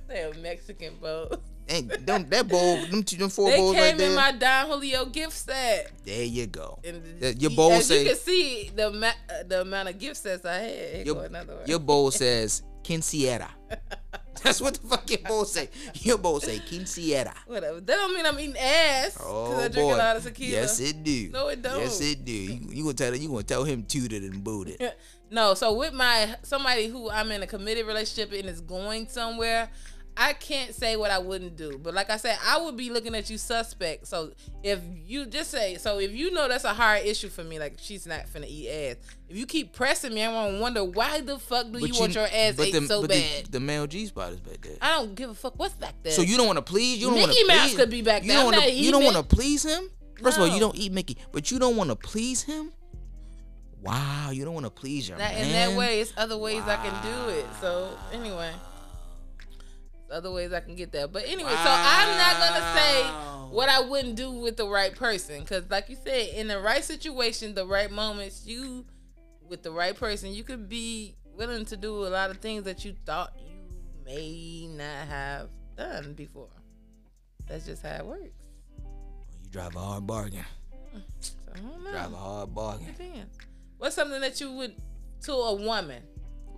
Speaker 3: Damn Mexican
Speaker 2: [laughs]
Speaker 3: boat.
Speaker 2: And them, that bowl, them two, them four
Speaker 3: They
Speaker 2: bowls
Speaker 3: came
Speaker 2: right there.
Speaker 3: in my Don Julio gift set.
Speaker 2: there you go.
Speaker 3: And
Speaker 2: That- your bowl
Speaker 3: as
Speaker 2: say
Speaker 3: you can see the ma- uh, the amount of gift sets I had. Here go
Speaker 2: your,
Speaker 3: another one.
Speaker 2: your bowl says quinceañera. [laughs] That's what the fuck your bowl say. Your bowl say quinceañera.
Speaker 3: Whatever. That don't mean I'm eating ass because
Speaker 2: Oh
Speaker 3: I drink
Speaker 2: boy.
Speaker 3: a lot of tequila.
Speaker 2: Yes, it do.
Speaker 3: No, it don't.
Speaker 2: Yes, it do. You, you gonna tell you gonna tell him tooted and
Speaker 3: [laughs]
Speaker 2: booted.
Speaker 3: No, so with my somebody who I'm in a committed relationship and is going somewhere, I can't say what I wouldn't do. But like I said, I would be looking at you suspect. So if you just say, so if you know that's a hard issue for me, like she's not finna eat ass. If you keep pressing me, I'm gonna wonder why the fuck do you, want your ass
Speaker 2: but
Speaker 3: ate
Speaker 2: the,
Speaker 3: so
Speaker 2: but
Speaker 3: bad?
Speaker 2: The, the male G spot is back there.
Speaker 3: I don't give a fuck what's back there.
Speaker 2: so you don't want to please. You don't want to
Speaker 3: Mickey Mouse
Speaker 2: please.
Speaker 3: could be back
Speaker 2: you
Speaker 3: there.
Speaker 2: Don't
Speaker 3: I'm
Speaker 2: wanna,
Speaker 3: not
Speaker 2: you don't
Speaker 3: eating.
Speaker 2: want to please him. First of all, you
Speaker 3: No.
Speaker 2: don't eat Mickey, but you don't want to please him. Wow, you don't want to please your
Speaker 3: that
Speaker 2: man.
Speaker 3: in that way, it's other ways I can do it. So anyway, other ways I can get that. But anyway, so I'm not gonna
Speaker 2: Wow.
Speaker 3: say what I wouldn't do with the right person, because like you said, in the right situation, the right moments, you with the right person, you could be willing to do a lot of things that you thought you may not have done before. That's just how it works.
Speaker 2: You drive a hard bargain.
Speaker 3: So I don't know.
Speaker 2: Drive a hard bargain.
Speaker 3: Depends. What's something that you would to a woman?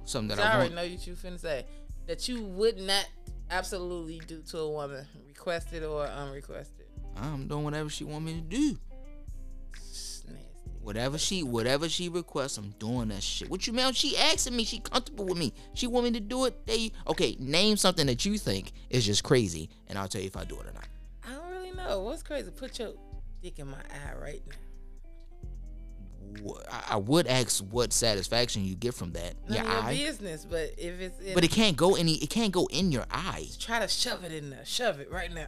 Speaker 2: Something that
Speaker 3: I
Speaker 2: I want.
Speaker 3: already know what you finna say that you would not absolutely do to a woman, requested or unrequested.
Speaker 2: I'm doing whatever she want me to do.
Speaker 3: It's Nasty.
Speaker 2: Whatever she, whatever she requests, I'm doing that shit. What you mean? She asking me. She comfortable with me. She want me to do it. They okay. Name something that you think is just crazy, and I'll tell you if I do it or not.
Speaker 3: I don't really know. What's crazy? Put your dick in my eye right now.
Speaker 2: Wha- I- I would ask what satisfaction you get from that.
Speaker 3: None
Speaker 2: Your
Speaker 3: of your
Speaker 2: eye,
Speaker 3: business, but if it's in,
Speaker 2: but it can't go any. It can't go in your eye.
Speaker 3: try to shove it in there. Shove it right now.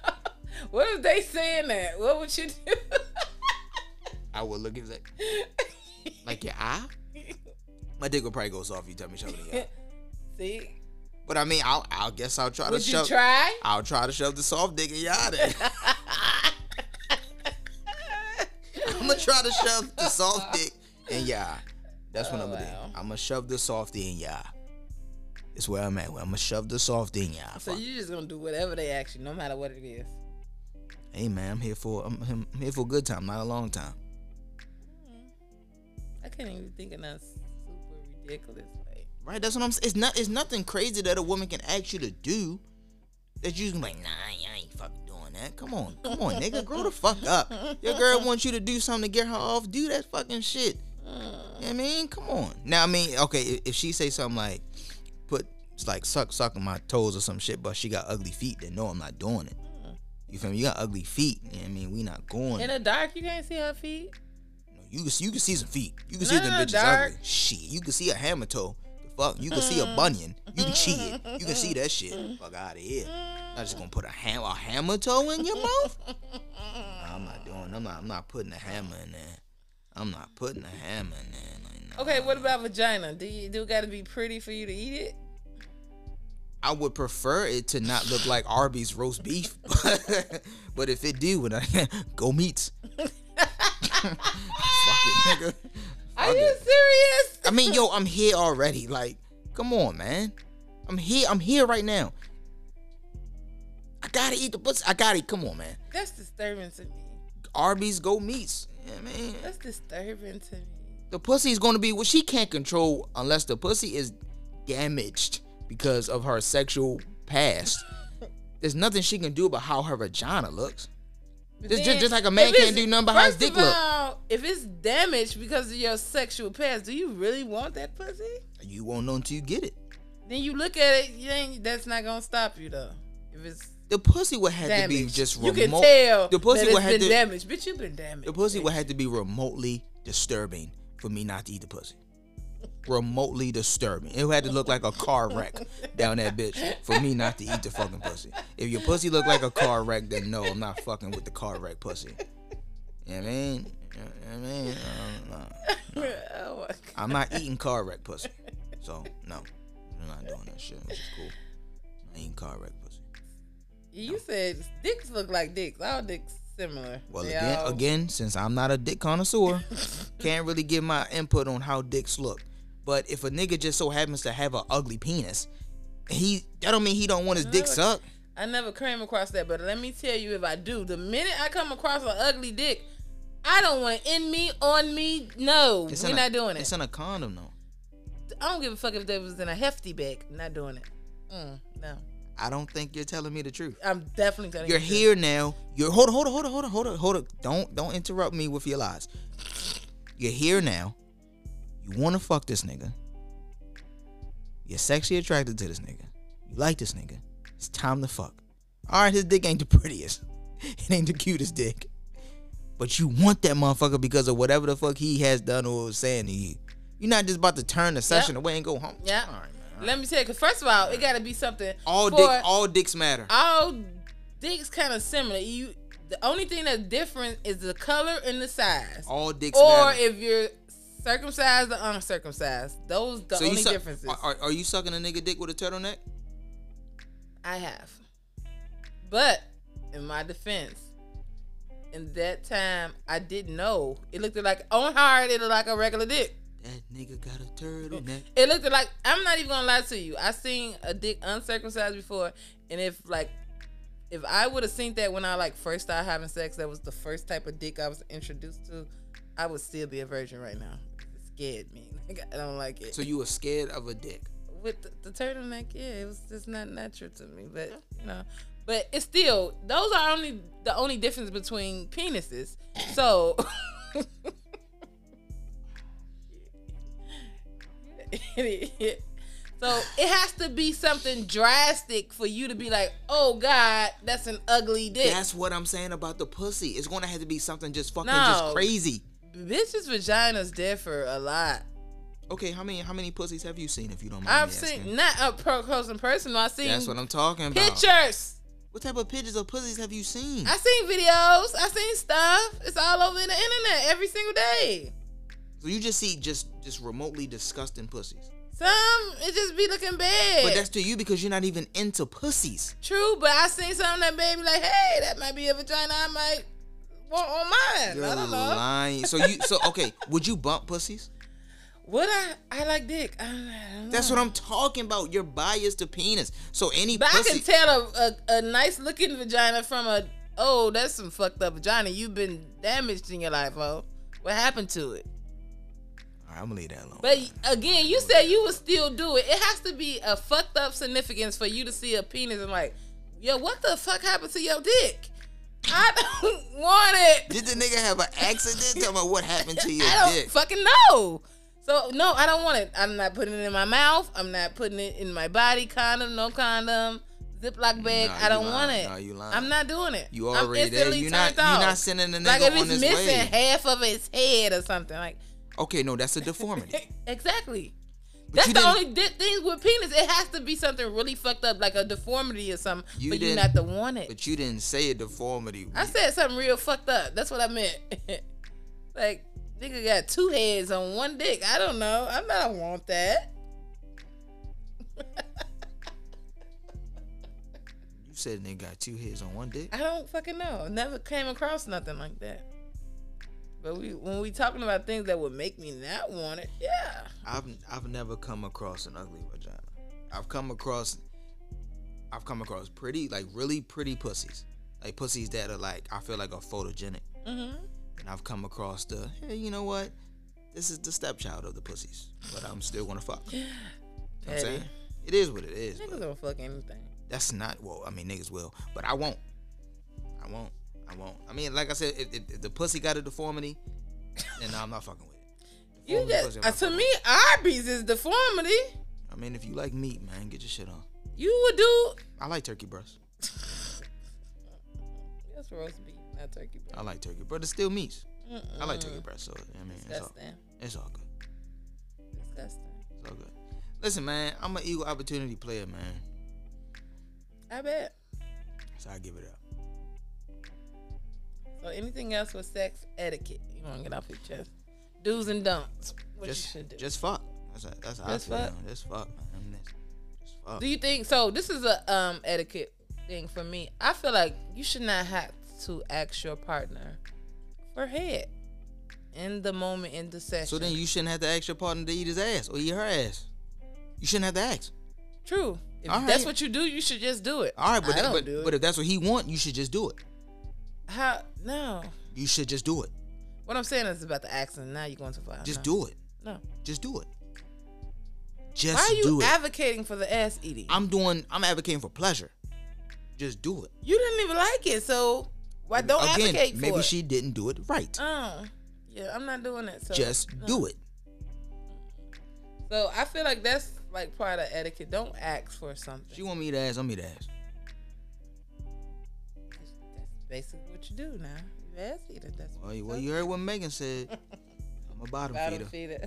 Speaker 3: [laughs] what if they saying that? What would you do? [laughs]
Speaker 2: I would look at that. Like your
Speaker 3: [laughs]
Speaker 2: eye. My dick would probably go soft if you tell me shove it in your eye.
Speaker 3: See?
Speaker 2: But I mean, I'll, I'll guess I'll try
Speaker 3: Would
Speaker 2: to
Speaker 3: you
Speaker 2: shove.
Speaker 3: try? [laughs]
Speaker 2: [laughs] I'll try to shove the soft dick in your eye. Then. I'm gonna try to shove the
Speaker 3: [laughs]
Speaker 2: soft dick in your eye. That's what
Speaker 3: Oh,
Speaker 2: I'm gonna
Speaker 3: wow.
Speaker 2: do. I'm gonna shove the softy in your eye. It's where I'm at. I'm gonna shove the softy in your eye.
Speaker 3: So
Speaker 2: Fuck.
Speaker 3: you just gonna do whatever they ask you, no matter what it is.
Speaker 2: hey man, I'm here for I'm, I'm here for a good time, not a long time.
Speaker 3: I can't even think of nothing super ridiculous. Like,
Speaker 2: Right? That's what I'm. s- It's not. It's nothing crazy that a woman can ask you to do. That you can be like, nah, I ain't fucking doing that. Come on, come on, nigga, grow the fuck up. Your girl wants you to do something to get her off. Do that fucking shit. You know what I mean, come on. Now I mean, okay, if, if she say something like, put it's like suck sucking my toes or some shit, but she got ugly feet, then no, I'm not doing it. You feel me? You got ugly feet. You know what I mean, we not going.
Speaker 3: In the dark, you can't see her feet.
Speaker 2: You can see, you can see some feet. You can
Speaker 3: No,
Speaker 2: see them
Speaker 3: no,
Speaker 2: bitches
Speaker 3: dark.
Speaker 2: ugly. Shit, you can see a hammer toe. The fuck, you can see a bunion. You can see it. You can see that shit. Fuck out of here. Not just gonna put a ham a hammer toe in your mouth. Nah, I'm not doing. I'm not. I'm not putting a hammer in there. I'm not putting a hammer in there. Like, nah.
Speaker 3: Okay, what about vagina? Do you do it gotta be pretty for you to eat it?
Speaker 2: I would prefer it to not look like Arby's roast beef, [laughs] but if it do, when I [laughs] go [laughs] meats. Fuck it, nigga.
Speaker 3: Are
Speaker 2: Fuck
Speaker 3: you
Speaker 2: it.
Speaker 3: serious?
Speaker 2: I mean, yo, I'm here already. Like, come on, man. I'm here. I'm here right now. I gotta eat the pussy. I gotta. Come on, man.
Speaker 3: That's disturbing to me.
Speaker 2: Arby's go meats. You know what I mean,
Speaker 3: That's disturbing to me.
Speaker 2: the pussy's gonna be what she can't control unless the pussy is damaged because of her sexual past. There's nothing she can do about how her vagina looks.
Speaker 3: But
Speaker 2: Just- just-
Speaker 3: then,
Speaker 2: just like a man
Speaker 3: if it's-
Speaker 2: can't do nothing behind his
Speaker 3: first
Speaker 2: dick
Speaker 3: of
Speaker 2: look.
Speaker 3: all, If it's damaged because of your sexual past, do you really want that pussy?
Speaker 2: You won't know until you get it.
Speaker 3: Then you look at it, you ain't, that's not gonna stop you though. If it's
Speaker 2: The pussy would have to be
Speaker 3: damaged,
Speaker 2: just
Speaker 3: you
Speaker 2: remote.
Speaker 3: can tell
Speaker 2: the pussy
Speaker 3: that
Speaker 2: would
Speaker 3: it's
Speaker 2: have
Speaker 3: been
Speaker 2: to.
Speaker 3: damaged. Bitch, [laughs] you've been damaged.
Speaker 2: The pussy would have to be remotely disturbing for me not to eat the pussy. remotely disturbing. It had to look like a car wreck down that bitch for me not to eat the fucking pussy. If your pussy look like a car wreck, then no, I'm not fucking with the car wreck pussy. You know what I mean? You know what I mean? Um, uh,
Speaker 3: oh my God.
Speaker 2: I'm not eating car wreck pussy. So no, I'm not doing that shit, which is cool. I'm not eating car wreck pussy.
Speaker 3: You said dicks look like dicks. All dicks similar.
Speaker 2: Well,
Speaker 3: They
Speaker 2: again,
Speaker 3: all-
Speaker 2: again, since I'm not a dick
Speaker 3: [laughs]
Speaker 2: connoisseur, can't really give my input on how dicks look. But if a nigga just so happens to have an ugly penis, he that don't mean he don't want his dick
Speaker 3: No.
Speaker 2: sucked.
Speaker 3: I never came across that, but let me tell you, if I do, the minute I come across an ugly dick, I don't want it in me, on me. No,
Speaker 2: It's
Speaker 3: we're
Speaker 2: in a-
Speaker 3: not doing it.
Speaker 2: It's in a condom though.
Speaker 3: I don't give a fuck if they was in a hefty bag. Not doing it. Mm, no,
Speaker 2: I don't think you're telling me the truth.
Speaker 3: I'm definitely telling
Speaker 2: You're
Speaker 3: you.
Speaker 2: here now. You're hold on, hold on, hold on, hold on, hold on, hold on. Don't don't interrupt me with your lies. You're here now. You want to fuck this nigga. You're sexually attracted to this nigga. You like this nigga. It's time to fuck. All right, his dick ain't the prettiest. [laughs] It ain't the cutest dick. But you want that motherfucker because of whatever the fuck he has done or was saying to you. You're not just about to turn the session away and go home.
Speaker 3: Yeah.
Speaker 2: All right, man.
Speaker 3: Let me tell you, 'cause first of all, it got to be something.
Speaker 2: All
Speaker 3: for-
Speaker 2: dick, all dicks matter.
Speaker 3: all dicks kind of similar. You, the only thing that's different is the color and the size.
Speaker 2: All dicks matter.
Speaker 3: or if you're circumcised or uncircumcised. Those the only
Speaker 2: you suck-
Speaker 3: differences
Speaker 2: Are, are, are you sucking a nigga dick with a turtleneck?
Speaker 3: I have. But in my defense, in that time I didn't know. It looked like on hard, it looked like a regular dick.
Speaker 2: That nigga got a turtleneck.
Speaker 3: It looked like I'm not even gonna lie to you. I seen a dick uncircumcised before, and if like if I would have seen that when I like first started having sex, that was the first type of dick I was introduced to, I would still be a virgin right now. It scared me. [laughs] Like, I don't like it.
Speaker 2: So you were scared of a dick.
Speaker 3: with the, the turtleneck, yeah, it was just not natural to me. But you know, but it's still those are only the only difference between penises. So. [laughs] So it has to be something drastic for you to be like, oh God, that's an ugly dick.
Speaker 2: That's what I'm saying about the pussy. It's gonna have to be something just fucking
Speaker 3: No.
Speaker 2: just crazy.
Speaker 3: Bitches' vaginas differ a lot.
Speaker 2: Okay, how many how many pussies have you seen if you don't mind?
Speaker 3: I've
Speaker 2: me
Speaker 3: seen
Speaker 2: asking?
Speaker 3: not up close and personal. I've seen
Speaker 2: That's what I'm talking about.
Speaker 3: pictures.
Speaker 2: What type of pictures of pussies have you seen?
Speaker 3: I seen videos. I seen stuff. It's all over the internet every single day.
Speaker 2: so you just see just just remotely disgusting pussies.
Speaker 3: Some it just be looking bad.
Speaker 2: But that's to you because you're not even into pussies.
Speaker 3: true. But I seen something that made me like, hey, that might be a vagina. I might want on mine.
Speaker 2: You're
Speaker 3: I don't know.
Speaker 2: lying. So you so okay, would you bump pussies?
Speaker 3: Would I? I like dick. I don't, I don't
Speaker 2: That's
Speaker 3: know.
Speaker 2: what I'm talking about. You're biased to penis. So any
Speaker 3: But I
Speaker 2: pussy
Speaker 3: can tell a, a, a nice looking vagina from a oh that's some fucked up vagina. You've been damaged in your life, oh. What happened to it?
Speaker 2: Alright, I'm gonna leave that alone.
Speaker 3: But again, you said you would still do it. It has to be a fucked up significance for you to see a penis and like, yo, what the fuck happened to your dick? I [laughs] don't want it.
Speaker 2: Did the nigga have an accident? Tell me what happened to your
Speaker 3: [laughs] I don't
Speaker 2: dick.
Speaker 3: fucking know. So no, I don't want it. I'm not putting it in my mouth. I'm not putting it in my body. Condom, no condom. Ziploc bag.
Speaker 2: Nah,
Speaker 3: I don't
Speaker 2: you
Speaker 3: want
Speaker 2: lying.
Speaker 3: it.
Speaker 2: Nah, you lying.
Speaker 3: I'm not doing it.
Speaker 2: You
Speaker 3: I'm
Speaker 2: already there.
Speaker 3: instantly
Speaker 2: You not-
Speaker 3: turned
Speaker 2: you not
Speaker 3: off.
Speaker 2: sending a nigga
Speaker 3: like if
Speaker 2: on
Speaker 3: it's
Speaker 2: his
Speaker 3: missing
Speaker 2: way.
Speaker 3: half of his head or something like.
Speaker 2: Okay, no, that's a deformity.
Speaker 3: [laughs] Exactly.
Speaker 2: But
Speaker 3: That's
Speaker 2: you
Speaker 3: the
Speaker 2: didn't-
Speaker 3: only di- thing with penis. It has to be something really fucked up, like a deformity or something,
Speaker 2: You
Speaker 3: for you
Speaker 2: didn't-
Speaker 3: not to want it.
Speaker 2: but you didn't say a deformity.
Speaker 3: I said something real fucked up. That's what I meant. [laughs] like, nigga got two heads on one dick. I don't know. I'm not want that.
Speaker 2: You said nigga got two heads on one dick.
Speaker 3: I don't fucking know. I Never came across nothing like that. But we, when we talking about things that would make me not want it, yeah.
Speaker 2: I've I've never come across an ugly vagina. I've come across I've come across pretty like really pretty pussies. Like pussies that are like I feel like are photogenic.
Speaker 3: hmm
Speaker 2: And I've come across the hey, you know what? This is the stepchild of the pussies. But I'm still gonna fuck. You know what I'm
Speaker 3: Petty.
Speaker 2: saying? It is what it is. but-
Speaker 3: Niggas don't fuck anything.
Speaker 2: that's not well i mean niggas will but i won't i won't i won't i mean like i said if, if, if the pussy got a deformity then i'm not fucking with it
Speaker 3: [laughs] You
Speaker 2: Deformity pussy,
Speaker 3: just
Speaker 2: I'm
Speaker 3: uh,
Speaker 2: not
Speaker 3: to
Speaker 2: fucking
Speaker 3: me, Arby's is deformity.
Speaker 2: with it. i mean if you like meat man get your shit on
Speaker 3: You would do
Speaker 2: i like turkey breast
Speaker 3: That's roast beef, not turkey breast.
Speaker 2: i like turkey but it's still meat
Speaker 3: Mm-mm.
Speaker 2: i like turkey breast so i mean it's all,
Speaker 3: Disgusting.
Speaker 2: it's all good
Speaker 3: Disgusting.
Speaker 2: Okay. Listen, man, I'm an equal opportunity player, man.
Speaker 3: I bet.
Speaker 2: So I give it up.
Speaker 3: So anything else with sex etiquette you want to get off your chest? Do's and don'ts. What
Speaker 2: just,
Speaker 3: you should do.
Speaker 2: just fuck. That's a, that's how
Speaker 3: Just
Speaker 2: I feel.
Speaker 3: fuck?
Speaker 2: man. Just fuck, man. I mean, that's- just fuck.
Speaker 3: do you think so? This is a um etiquette thing for me. I feel like you should not have to ask your partner for head in the moment in the session.
Speaker 2: so then you shouldn't have to ask your partner to eat his ass or eat her ass. You shouldn't have to ask.
Speaker 3: True. If
Speaker 2: All
Speaker 3: that's
Speaker 2: right.
Speaker 3: what you do, you should just do it.
Speaker 2: All right, but,
Speaker 3: I
Speaker 2: that,
Speaker 3: don't
Speaker 2: but,
Speaker 3: do it.
Speaker 2: but if that's what he want, you should just do it.
Speaker 3: How? No.
Speaker 2: You should just do it.
Speaker 3: What I'm saying is about the accent. Now you're going too far.
Speaker 2: Just
Speaker 3: no.
Speaker 2: do it.
Speaker 3: No.
Speaker 2: Just do it. Just
Speaker 3: Why are you
Speaker 2: do it.
Speaker 3: advocating for the ass eating?
Speaker 2: I'm doing. I'm advocating for pleasure. Just do it.
Speaker 3: you didn't even like it, so why don't
Speaker 2: Again,
Speaker 3: advocate for
Speaker 2: maybe
Speaker 3: it?
Speaker 2: she didn't do it right.
Speaker 3: Oh, yeah, I'm not doing it. So
Speaker 2: just
Speaker 3: no.
Speaker 2: do it.
Speaker 3: So I feel like that's like part of etiquette. Don't ask for something.
Speaker 2: She want me to ass. I'm eat ass.
Speaker 3: that's basically what you do now. You ass eater. That's
Speaker 2: Well,
Speaker 3: what
Speaker 2: you,
Speaker 3: you
Speaker 2: well,
Speaker 3: do.
Speaker 2: you heard what Megan
Speaker 3: [laughs]
Speaker 2: said. I'm a bottom, feeder.
Speaker 3: bottom feeder.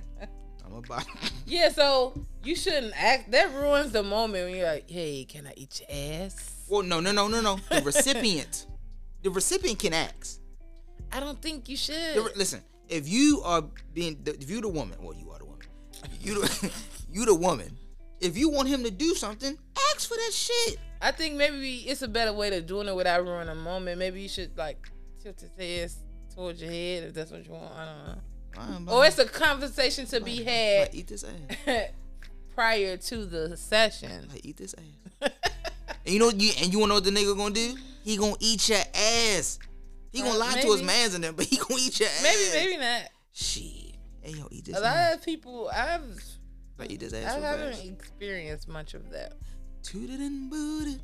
Speaker 2: I'm a bottom.
Speaker 3: [laughs]
Speaker 2: [laughs]
Speaker 3: yeah, so you shouldn't act. That ruins the moment when you're like, hey, can I eat your ass?
Speaker 2: well, no, no, no, no, no. The recipient, the recipient can ask.
Speaker 3: I don't think you should.
Speaker 2: The re- listen, if you are being, if you the woman, well, you are the woman. You the, [laughs] you the woman. If you want him to do something, ask for that shit.
Speaker 3: I think maybe it's a better way to doing it without ruining a moment. Maybe you should like tilt his ass towards your head if that's what you want. I don't know.
Speaker 2: I'm
Speaker 3: Or it's a conversation to be
Speaker 2: like,
Speaker 3: had
Speaker 2: eat this ass.
Speaker 3: [laughs] prior to the session.
Speaker 2: Like, eat this ass. And you know you and you wanna know what the nigga gonna do? He gonna eat your ass. He gonna
Speaker 3: Uh,
Speaker 2: lie to his
Speaker 3: maybe.
Speaker 2: mans in there, but he gonna eat your ass.
Speaker 3: [laughs] maybe, maybe not.
Speaker 2: Shit. Hey yo, eat this
Speaker 3: A
Speaker 2: ass.
Speaker 3: lot of people, I've,
Speaker 2: Like, eat this
Speaker 3: I
Speaker 2: ass. real
Speaker 3: haven't
Speaker 2: fast.
Speaker 3: experienced much of that.
Speaker 2: Tooted and booted.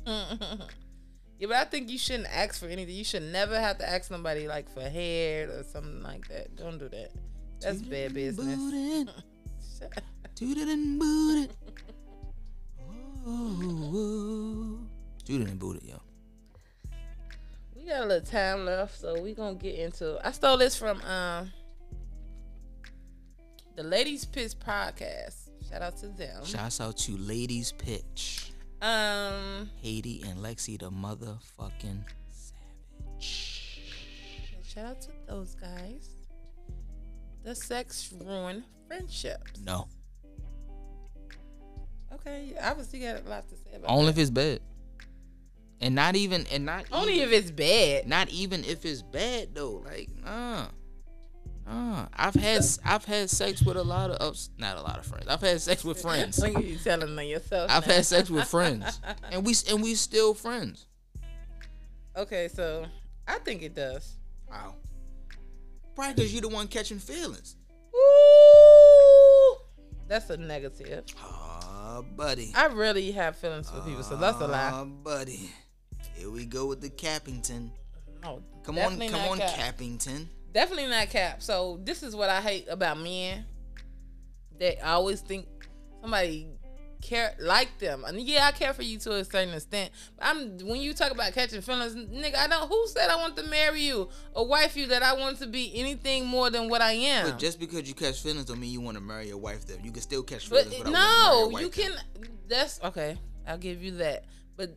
Speaker 3: Yeah, but I think you shouldn't ask for anything. You should never have to ask somebody like for hair or something like that. Don't do that. That's
Speaker 2: Tooted
Speaker 3: bad
Speaker 2: and
Speaker 3: business.
Speaker 2: Booted.
Speaker 3: [laughs]
Speaker 2: Tooted and booted. Ooh. Tooted and booted, yo.
Speaker 3: We got a little time left, so we gonna get into. I stole this from um the Ladies Pits podcast. Shout out to them.
Speaker 2: Shouts out to Ladies Pitch.
Speaker 3: Um,
Speaker 2: Haiti and Lexi the motherfucking savage.
Speaker 3: shout out to those guys. The sex ruin friendships.
Speaker 2: No.
Speaker 3: Okay, obviously you got a lot to say about.
Speaker 2: Only if it's bad. And not even and not
Speaker 3: that. Only
Speaker 2: even-
Speaker 3: if it's bad.
Speaker 2: not even if it's bad though. Like, nah, nah. I've had I've had sex with a lot of ups, not a lot of friends. I've had sex with
Speaker 3: [laughs]
Speaker 2: friends.
Speaker 3: Look at you telling on yourself.
Speaker 2: I've
Speaker 3: now.
Speaker 2: had sex with friends, and we and we still friends.
Speaker 3: Okay, so I think it does.
Speaker 2: Wow. Probably because you the one catching feelings.
Speaker 3: Ooh, that's a negative.
Speaker 2: Ah, buddy.
Speaker 3: I really have feelings for people, so that's a
Speaker 2: Ah,
Speaker 3: lie.
Speaker 2: buddy. Here we go with the Cappington.
Speaker 3: No,
Speaker 2: Come
Speaker 3: Oh, definitely
Speaker 2: on, come
Speaker 3: not
Speaker 2: on,
Speaker 3: cap.
Speaker 2: Cappington.
Speaker 3: Definitely not cap. So this is what I hate about men. They always think somebody care like them. And yeah, I care for you to a certain extent. But I'm when you talk about catching feelings, nigga, I don't who said I want to marry you or wife you that I want to be anything more than what I am.
Speaker 2: But just because you catch feelings don't mean you want to marry your wife. Then you can still catch
Speaker 3: But
Speaker 2: feelings. without wanting to marry
Speaker 3: no,
Speaker 2: your
Speaker 3: you
Speaker 2: wife, though.
Speaker 3: can. That's okay. I'll give you that. But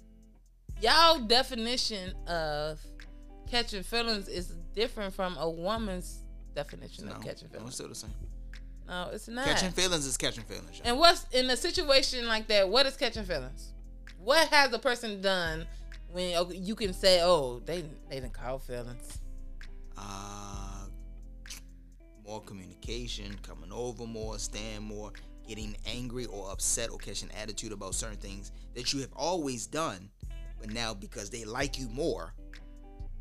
Speaker 3: y'all definition of catching feelings is different from a woman's definition
Speaker 2: No,
Speaker 3: of catching
Speaker 2: no, it's
Speaker 3: feelings.
Speaker 2: still the same.
Speaker 3: No, it's not.
Speaker 2: Catching feelings is catching feelings. y'all.
Speaker 3: and what's in a situation like that? What is catching feelings? What has the person done when oh, you can say, "Oh, they they didn't call feelings."
Speaker 2: Uh, more communication, coming over more, staying more, getting angry or upset or catching attitude about certain things that you have always done, but now because they like you more,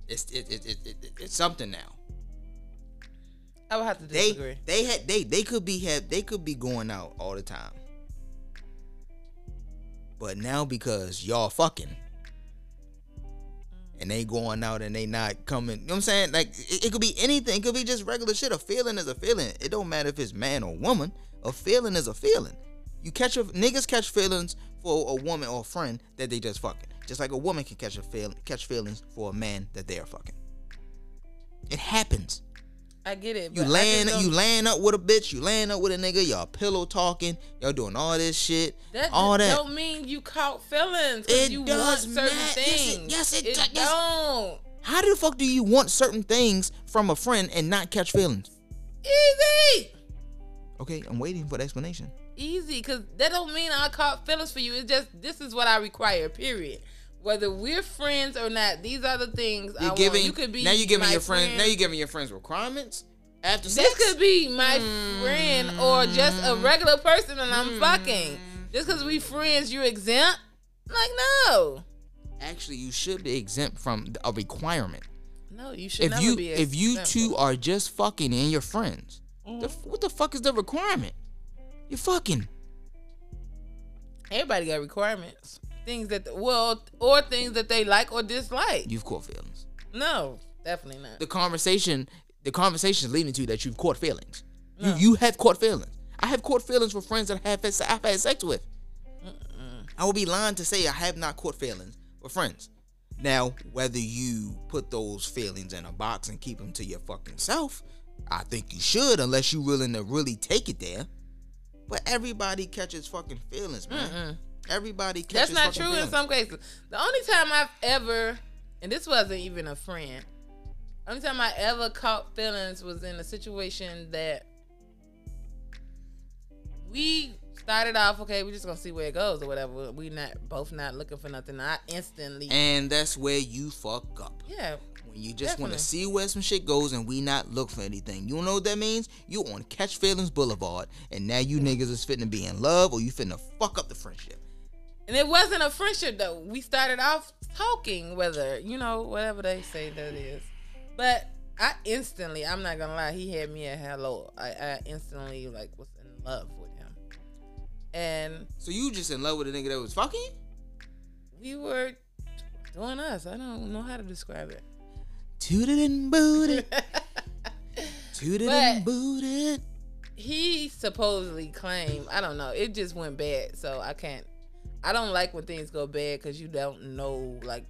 Speaker 2: it's it, it, it, it, it- it's something now.
Speaker 3: I would have to
Speaker 2: They
Speaker 3: disagree.
Speaker 2: they had they they could be had they could be going out all the time, but now because y'all fucking. and they going out and they not coming. You know what I'm saying? Like it, it could be anything. It could be just regular shit. A feeling is a feeling. It don't matter if it's man or woman. A feeling is a feeling. You catch a niggas catch feelings for a woman or a friend that they just fucking. Just like a woman can catch a feel catch feelings for a man that they are fucking. It happens.
Speaker 3: I get it.
Speaker 2: You
Speaker 3: but I
Speaker 2: laying
Speaker 3: just don't-
Speaker 2: you laying up with a bitch, you laying up with a nigga, y'all pillow talking, y'all doing all this shit,
Speaker 3: That
Speaker 2: all
Speaker 3: just
Speaker 2: that.
Speaker 3: don't mean you caught feelings. 'cause
Speaker 2: It
Speaker 3: you
Speaker 2: does
Speaker 3: want certain
Speaker 2: not. Yes, it-
Speaker 3: things.
Speaker 2: yes, it
Speaker 3: it
Speaker 2: do- yes.
Speaker 3: don't.
Speaker 2: How the fuck do you want certain things from a friend and not catch feelings?
Speaker 3: Easy,
Speaker 2: Okay, I'm waiting for the explanation.
Speaker 3: easy, because that don't mean I caught feelings for you. It's just this is what I require. Period. Whether we're friends or not, these are the things I
Speaker 2: You're
Speaker 3: want.
Speaker 2: giving
Speaker 3: You could be
Speaker 2: now. You're giving
Speaker 3: my
Speaker 2: your friend, now. You're giving your friends requirements after
Speaker 3: This
Speaker 2: sex.
Speaker 3: could be my
Speaker 2: Hmm.
Speaker 3: friend or just a regular person and I'm fucking. Just because we friends, you exempt? Like, no.
Speaker 2: Actually, you should be exempt from a requirement.
Speaker 3: No, you should
Speaker 2: If
Speaker 3: never
Speaker 2: you
Speaker 3: be
Speaker 2: if you
Speaker 3: exempt. Mm-hmm.
Speaker 2: two are just fucking and you're friends, the f what the fuck is the requirement? You're fucking.
Speaker 3: Everybody got requirements. Things that, well, or things that they like or dislike.
Speaker 2: You've caught feelings.
Speaker 3: No, definitely not.
Speaker 2: The conversation, the conversation is leading to that you've caught feelings. You you have caught feelings. I have caught feelings for friends that I have had, se- I've had sex with. I would be lying to say I have not caught feelings for friends. Now, whether you put those feelings in a box and keep them to your fucking self, I think you should, unless you're willing to really take it there. But everybody catches fucking feelings, man. Everybody catches.
Speaker 3: That's not
Speaker 2: fucking
Speaker 3: true in
Speaker 2: feelings.
Speaker 3: some cases. The only time I've ever, and this wasn't even a friend, only time I ever caught feelings was in a situation that we started off okay. We're just gonna see where it goes or whatever. We not both not looking for nothing. I instantly,
Speaker 2: And that's where you fuck up.
Speaker 3: yeah,
Speaker 2: When you just want to
Speaker 3: Definitely.
Speaker 2: see where some shit goes and we not look for anything. You know what that means? You on Catch Feelings Boulevard, and now you niggas is fitting to be in love, or you fitting to fuck up the friendship.
Speaker 3: and it wasn't a friendship though. We started off talking, whether you know whatever they say that is, but. I instantly, I'm not gonna lie, he had me at hello. I, I instantly like was in love with him, and
Speaker 2: So you just in love with a nigga that was fucking? you?
Speaker 3: we were doing us. I don't know how to describe it.
Speaker 2: Tooted and [laughs] booted,
Speaker 3: [laughs]
Speaker 2: tooted and
Speaker 3: But-
Speaker 2: booted.
Speaker 3: He supposedly claimed, I don't know, it just went bad. So I can't, I don't like when things go bad because you don't know like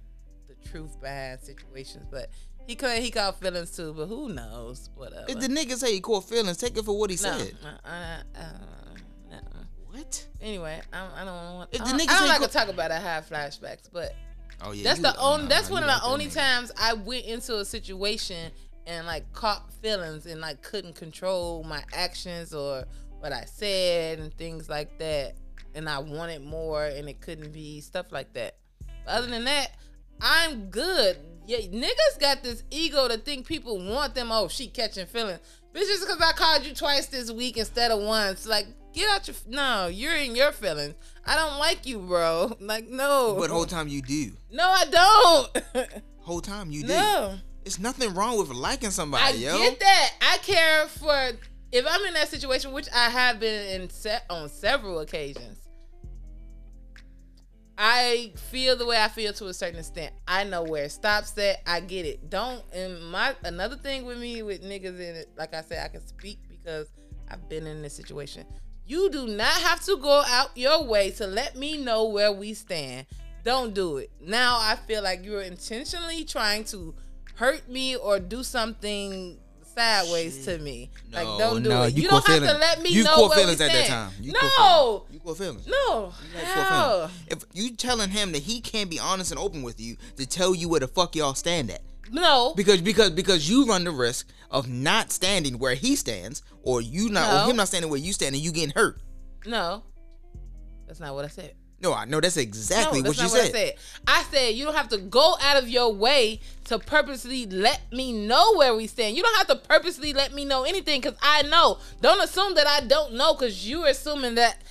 Speaker 3: the truth behind situations. But he claimed he caught feelings too, but who knows? Whatever.
Speaker 2: If the nigga say he caught feelings, take it for what he
Speaker 3: no,
Speaker 2: said.
Speaker 3: uh, uh, uh, no.
Speaker 2: What?
Speaker 3: Anyway, I, I don't want.
Speaker 2: If the
Speaker 3: I don't,
Speaker 2: niggas
Speaker 3: I don't
Speaker 2: ain't
Speaker 3: like
Speaker 2: go-
Speaker 3: to talk about I have flashbacks, but
Speaker 2: Oh yeah.
Speaker 3: That's
Speaker 2: you-
Speaker 3: the
Speaker 2: oh,
Speaker 3: only.
Speaker 2: nah,
Speaker 3: that's
Speaker 2: nah,
Speaker 3: one
Speaker 2: you
Speaker 3: of
Speaker 2: like
Speaker 3: the
Speaker 2: that
Speaker 3: only
Speaker 2: nigga.
Speaker 3: times I went into a situation and like caught feelings and like couldn't control my actions or what I said and things like that. And I wanted more and it couldn't be stuff like that. But other than that, I'm good. Yeah, niggas got this ego to think people want them. Oh, she catching feelings. Bitch, just because I called you twice this week instead of once, like get out your. No, you're in your feelings. I don't like you, bro. [laughs] Like no.
Speaker 2: But
Speaker 3: [laughs]
Speaker 2: whole time you do.
Speaker 3: No, I don't. [laughs]
Speaker 2: Whole time you do.
Speaker 3: no,
Speaker 2: It's nothing wrong with liking somebody,
Speaker 3: I
Speaker 2: yo.
Speaker 3: get that. I care for if I'm in that situation, which I have been in se- on several occasions. I feel the way I feel to a certain extent. I know where it stops at. I get it. Don't and my another thing with me with niggas in it, like I said, I can speak because I've been in this situation. You do not have to go out your way to let me know where we stand. Don't do it. Now I feel like you're intentionally trying to hurt me or do something sideways to me.
Speaker 2: No,
Speaker 3: like don't do
Speaker 2: no,
Speaker 3: it.
Speaker 2: you
Speaker 3: You, don't
Speaker 2: caught
Speaker 3: have to
Speaker 2: feelings.
Speaker 3: let me
Speaker 2: You
Speaker 3: know
Speaker 2: caught
Speaker 3: where
Speaker 2: feelings
Speaker 3: we
Speaker 2: at that
Speaker 3: stand.
Speaker 2: time. You caught
Speaker 3: no.
Speaker 2: You caught feelings.
Speaker 3: No.
Speaker 2: Like, for
Speaker 3: How?
Speaker 2: fun. If you telling him that he can't be honest and open with you to tell you where the fuck y'all stand at,
Speaker 3: No.
Speaker 2: because because because you run the risk of not standing where he stands, or you not or
Speaker 3: No.
Speaker 2: him not standing where you stand, and you getting hurt.
Speaker 3: No. That's not what I said.
Speaker 2: No, I know that's exactly
Speaker 3: no,
Speaker 2: what
Speaker 3: that's
Speaker 2: you
Speaker 3: not
Speaker 2: said.
Speaker 3: what I said. I said you don't have to go out of your way to purposely let me know where we stand. You don't have to purposely let me know anything because I know. Don't assume that I don't know because you're assuming that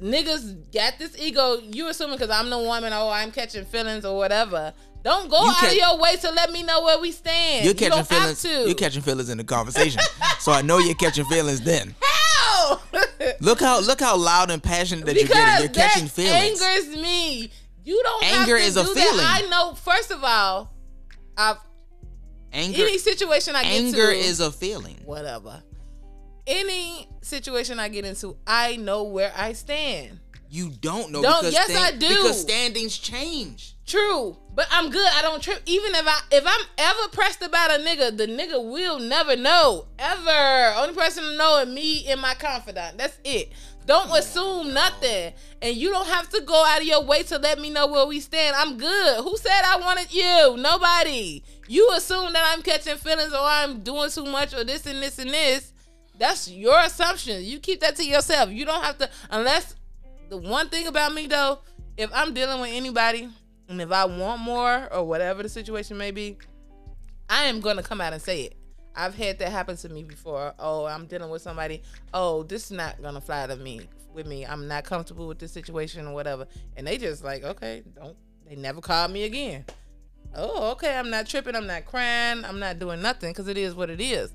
Speaker 3: niggas got this ego. You're assuming because I'm the woman. Oh, I'm catching feelings or whatever. Don't go
Speaker 2: You
Speaker 3: out
Speaker 2: catch-
Speaker 3: of your way to let me know where we stand.
Speaker 2: You're catching
Speaker 3: you don't
Speaker 2: feelings.
Speaker 3: Have to.
Speaker 2: You're catching feelings in the
Speaker 3: [laughs]
Speaker 2: conversation, so I know you're catching feelings. Then
Speaker 3: Ow!
Speaker 2: look how look how loud and passionate that
Speaker 3: because
Speaker 2: you're getting. You're
Speaker 3: that
Speaker 2: catching feelings.
Speaker 3: angers me. You don't
Speaker 2: Anger
Speaker 3: have to
Speaker 2: is a
Speaker 3: do
Speaker 2: feeling.
Speaker 3: that. I know. First of all, I've
Speaker 2: anger,
Speaker 3: any situation I get
Speaker 2: anger
Speaker 3: to,
Speaker 2: is a feeling.
Speaker 3: whatever. Any situation I get into, I know where I stand.
Speaker 2: You don't know.
Speaker 3: Don't-
Speaker 2: because
Speaker 3: yes,
Speaker 2: thing-
Speaker 3: I do.
Speaker 2: Because standings change.
Speaker 3: True, But I'm good. I don't trip. Even if I if I'm ever pressed about a nigga, the nigga will never know. Ever. Only person to know is me and my confidant. That's it. Don't assume nothing. And you don't have to go out of your way to let me know where we stand. I'm good. Who said I wanted you? Nobody. You assume that I'm catching feelings or I'm doing too much or this and this and this. That's your assumption. You keep that to yourself. You don't have to unless the one thing about me though, if I'm dealing with anybody and if I want more or whatever the situation may be, I am gonna come out and say it. I've had that happen to me before. Oh, I'm dealing with somebody. Oh, this is not gonna fly to me with me. I'm not comfortable with this situation or whatever. And they just like, okay, don't. They never call me again. Oh, okay. I'm not tripping. I'm not crying. I'm not doing nothing because it is what it is.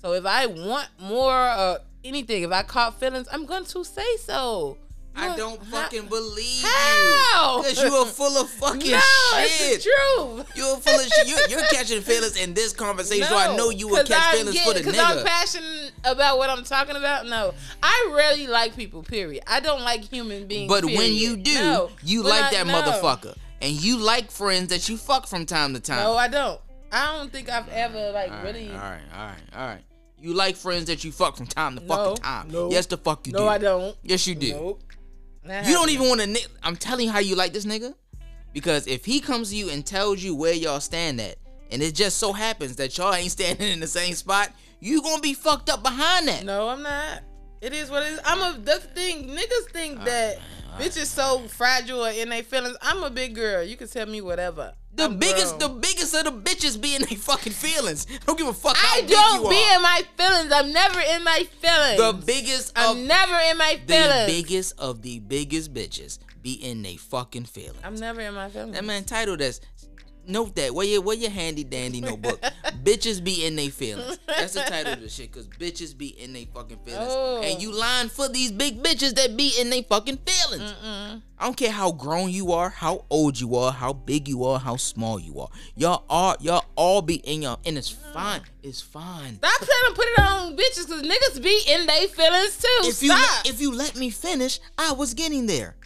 Speaker 3: So if I want more or anything, if I caught feelings, I'm going to say so.
Speaker 2: I
Speaker 3: You-
Speaker 2: don't
Speaker 3: how-
Speaker 2: fucking believe
Speaker 3: How?
Speaker 2: you. Because you are full
Speaker 3: [laughs]
Speaker 2: of fucking
Speaker 3: no,
Speaker 2: shit.
Speaker 3: it's the truth.
Speaker 2: You're full of shit. You're, you're
Speaker 3: [laughs]
Speaker 2: catching feelings in this conversation, so I know you will
Speaker 3: 'cause
Speaker 2: catch
Speaker 3: I'm
Speaker 2: feelings
Speaker 3: getting-
Speaker 2: for the
Speaker 3: Cause
Speaker 2: nigga.
Speaker 3: I'm passionate about what I'm talking about. No, I rarely like people. Period. I don't like human beings.
Speaker 2: but when
Speaker 3: period.
Speaker 2: you do,
Speaker 3: No.
Speaker 2: you
Speaker 3: When
Speaker 2: like
Speaker 3: I-
Speaker 2: that
Speaker 3: no.
Speaker 2: motherfucker, and you like friends that you fuck from time to time.
Speaker 3: No, I don't. I don't think I've ever like
Speaker 2: all right,
Speaker 3: really.
Speaker 2: all right, all right, all right. You like friends that you fuck from time to
Speaker 3: No,
Speaker 2: fucking time.
Speaker 3: no.
Speaker 2: yes, the fuck you
Speaker 3: No,
Speaker 2: do.
Speaker 3: I don't.
Speaker 2: Yes, you do.
Speaker 3: Nope. Not
Speaker 2: You don't
Speaker 3: happening.
Speaker 2: even want to. Ni- I'm telling you how you like this nigga, because if he comes to you and tells you where y'all stand at, and it just so happens that y'all ain't [laughs] standing in the same spot, you gonna be fucked up behind that.
Speaker 3: No, I'm not. It is what it is. I'm a the thing. Niggas think that bitches so fragile in their feelings. I'm a big girl. You can tell me whatever.
Speaker 2: The
Speaker 3: I'm
Speaker 2: biggest,
Speaker 3: grown.
Speaker 2: the biggest of the bitches be in their fucking feelings. [laughs] Don't give a fuck. How
Speaker 3: I
Speaker 2: big
Speaker 3: don't
Speaker 2: you
Speaker 3: be
Speaker 2: are.
Speaker 3: in my feelings. I'm never in my feelings.
Speaker 2: the biggest of
Speaker 3: I'm never in my
Speaker 2: the
Speaker 3: feelings.
Speaker 2: biggest of the biggest bitches be in they fucking feelings.
Speaker 3: I'm never in my feelings.
Speaker 2: That man titled us. Note that. Where your where your handy dandy notebook? bitches be in they feelings. That's the title of the shit. Cause bitches be in they fucking feelings.
Speaker 3: Oh.
Speaker 2: And you lying for these big bitches that be in they fucking feelings. I don't care how grown you are, how old you are, how big you are, how small you are. Y'all are y'all all be in your and it's fine. It's fine.
Speaker 3: Stop trying to put it on bitches because niggas be in they feelings too.
Speaker 2: if you
Speaker 3: Stop.
Speaker 2: let, if you let me finish, I was getting there.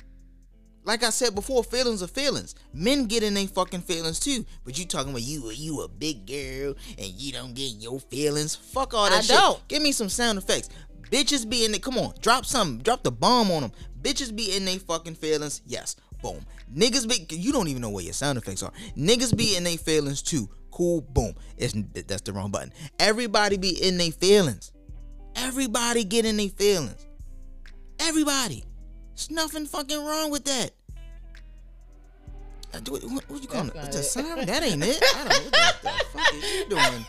Speaker 2: Like I said before, feelings are feelings. Men get in their fucking feelings too. But you talking about you you a big girl and you don't get in your feelings. Fuck all that
Speaker 3: I
Speaker 2: shit.
Speaker 3: don't.
Speaker 2: Give me some sound effects. Bitches be in it. Come on, drop some. Drop the bomb on them. Bitches be in they fucking feelings. Yes. Boom. Niggas be. You don't even know where your sound effects are. Niggas be in they feelings too. Cool. Boom. It's, that's the wrong button. Everybody be in they feelings. Everybody get in their feelings. Everybody. There's nothing fucking wrong with that. Uh, do- What, what you calling it?
Speaker 3: That's
Speaker 2: What's a
Speaker 3: not
Speaker 2: siren? That ain't it. I don't know what the fuck is you doing.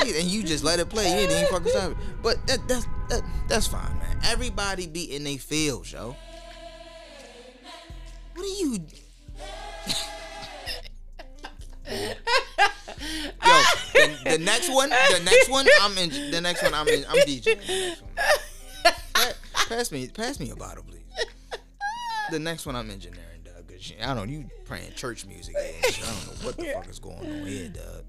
Speaker 2: Jeez, and you just let it play. You ain't even fucking stop it. But that, that's that, that's fine, man. Everybody be in their field, yo. What are you? [laughs] yo, the, the next one, the next one, I'm in. The next one, I'm in. I'm DJing. The next one. Pa- Pass me, pass me a bottle, please. The next one, I'm engineering, Doug. 'cause you- I don't. You playing church music? and shit. I don't know what the fuck is going on here, Doug.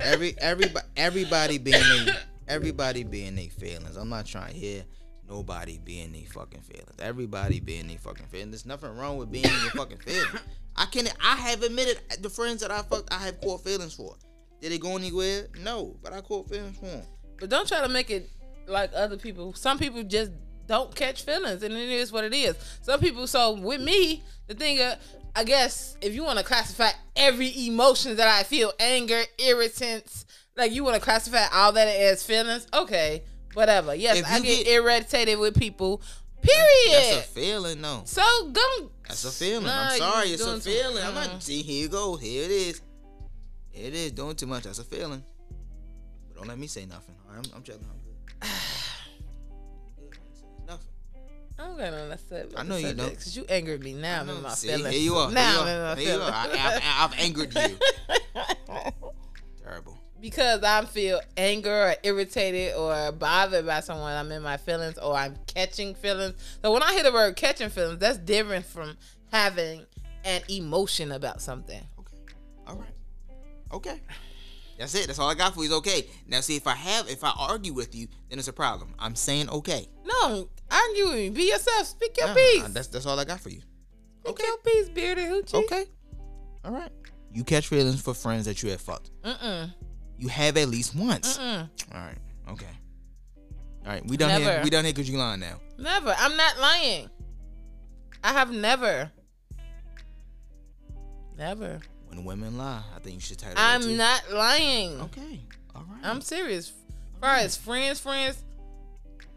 Speaker 2: Every everybody everybody being they, everybody being their feelings. I'm not trying to hear nobody being their fucking feelings. Everybody being their fucking feelings. There's nothing wrong with being in your fucking feelings. I can I have admitted the friends that I fucked I have core feelings for. Did it go anywhere? No, but I core feelings for 'em.
Speaker 3: But don't try to make it like other people. Some people just don't catch feelings, and it is what it is. Some people. So with me, the thing, uh, I guess, if you want to classify every emotion that I feel, anger, irritants, like you want to classify all that as feelings, okay, whatever. Yes,
Speaker 2: If
Speaker 3: I
Speaker 2: you
Speaker 3: get,
Speaker 2: get-
Speaker 3: irritated with people.
Speaker 2: That's
Speaker 3: Period.
Speaker 2: a feeling, no.
Speaker 3: so don't.
Speaker 2: That's a feeling.
Speaker 3: Nah,
Speaker 2: I'm
Speaker 3: you
Speaker 2: sorry, it's a
Speaker 3: doing too-
Speaker 2: feeling. I'm
Speaker 3: Mm.
Speaker 2: not see here you go. Here it is. Here it is. Doing too much. That's a feeling. But don't let me say nothing. All right, I'm, I'm checking. I'm good. [sighs] Good, I ain't saying Nothing.
Speaker 3: I'm gonna listen.
Speaker 2: I know you don't.
Speaker 3: because you angered me. Now I'm in my
Speaker 2: See,
Speaker 3: feelings.
Speaker 2: here you are.
Speaker 3: Now
Speaker 2: here you are. Here you
Speaker 3: I'm in my
Speaker 2: are. I,
Speaker 3: feelings.
Speaker 2: have angered
Speaker 3: [laughs]
Speaker 2: you. Terrible.
Speaker 3: because I feel anger or irritated or bothered by someone, I'm in my feelings or I'm catching feelings. So when I hear the word catching feelings, that's different from having an emotion about something.
Speaker 2: Okay. All right. Okay. That's it. That's all I got for you. Is okay. Now see, if I have, if I argue with you, then it's a problem. I'm saying okay.
Speaker 3: No, argue with me. Be yourself. Speak your
Speaker 2: Nah,
Speaker 3: piece.
Speaker 2: That's that's all I got for you.
Speaker 3: Speak your piece, bearded hoochie.
Speaker 2: Okay. All right. You catch feelings for friends that you have fucked.
Speaker 3: Mm-mm.
Speaker 2: You have at least once.
Speaker 3: Mm-mm.
Speaker 2: All right. Okay. All right. We done here.
Speaker 3: Never.
Speaker 2: We done here because you lying now.
Speaker 3: Never. I'm not lying. I have never. Never.
Speaker 2: When women lie, I think you should title that too.
Speaker 3: I'm not lying.
Speaker 2: Okay. All right.
Speaker 3: I'm serious. As far as friends, friends,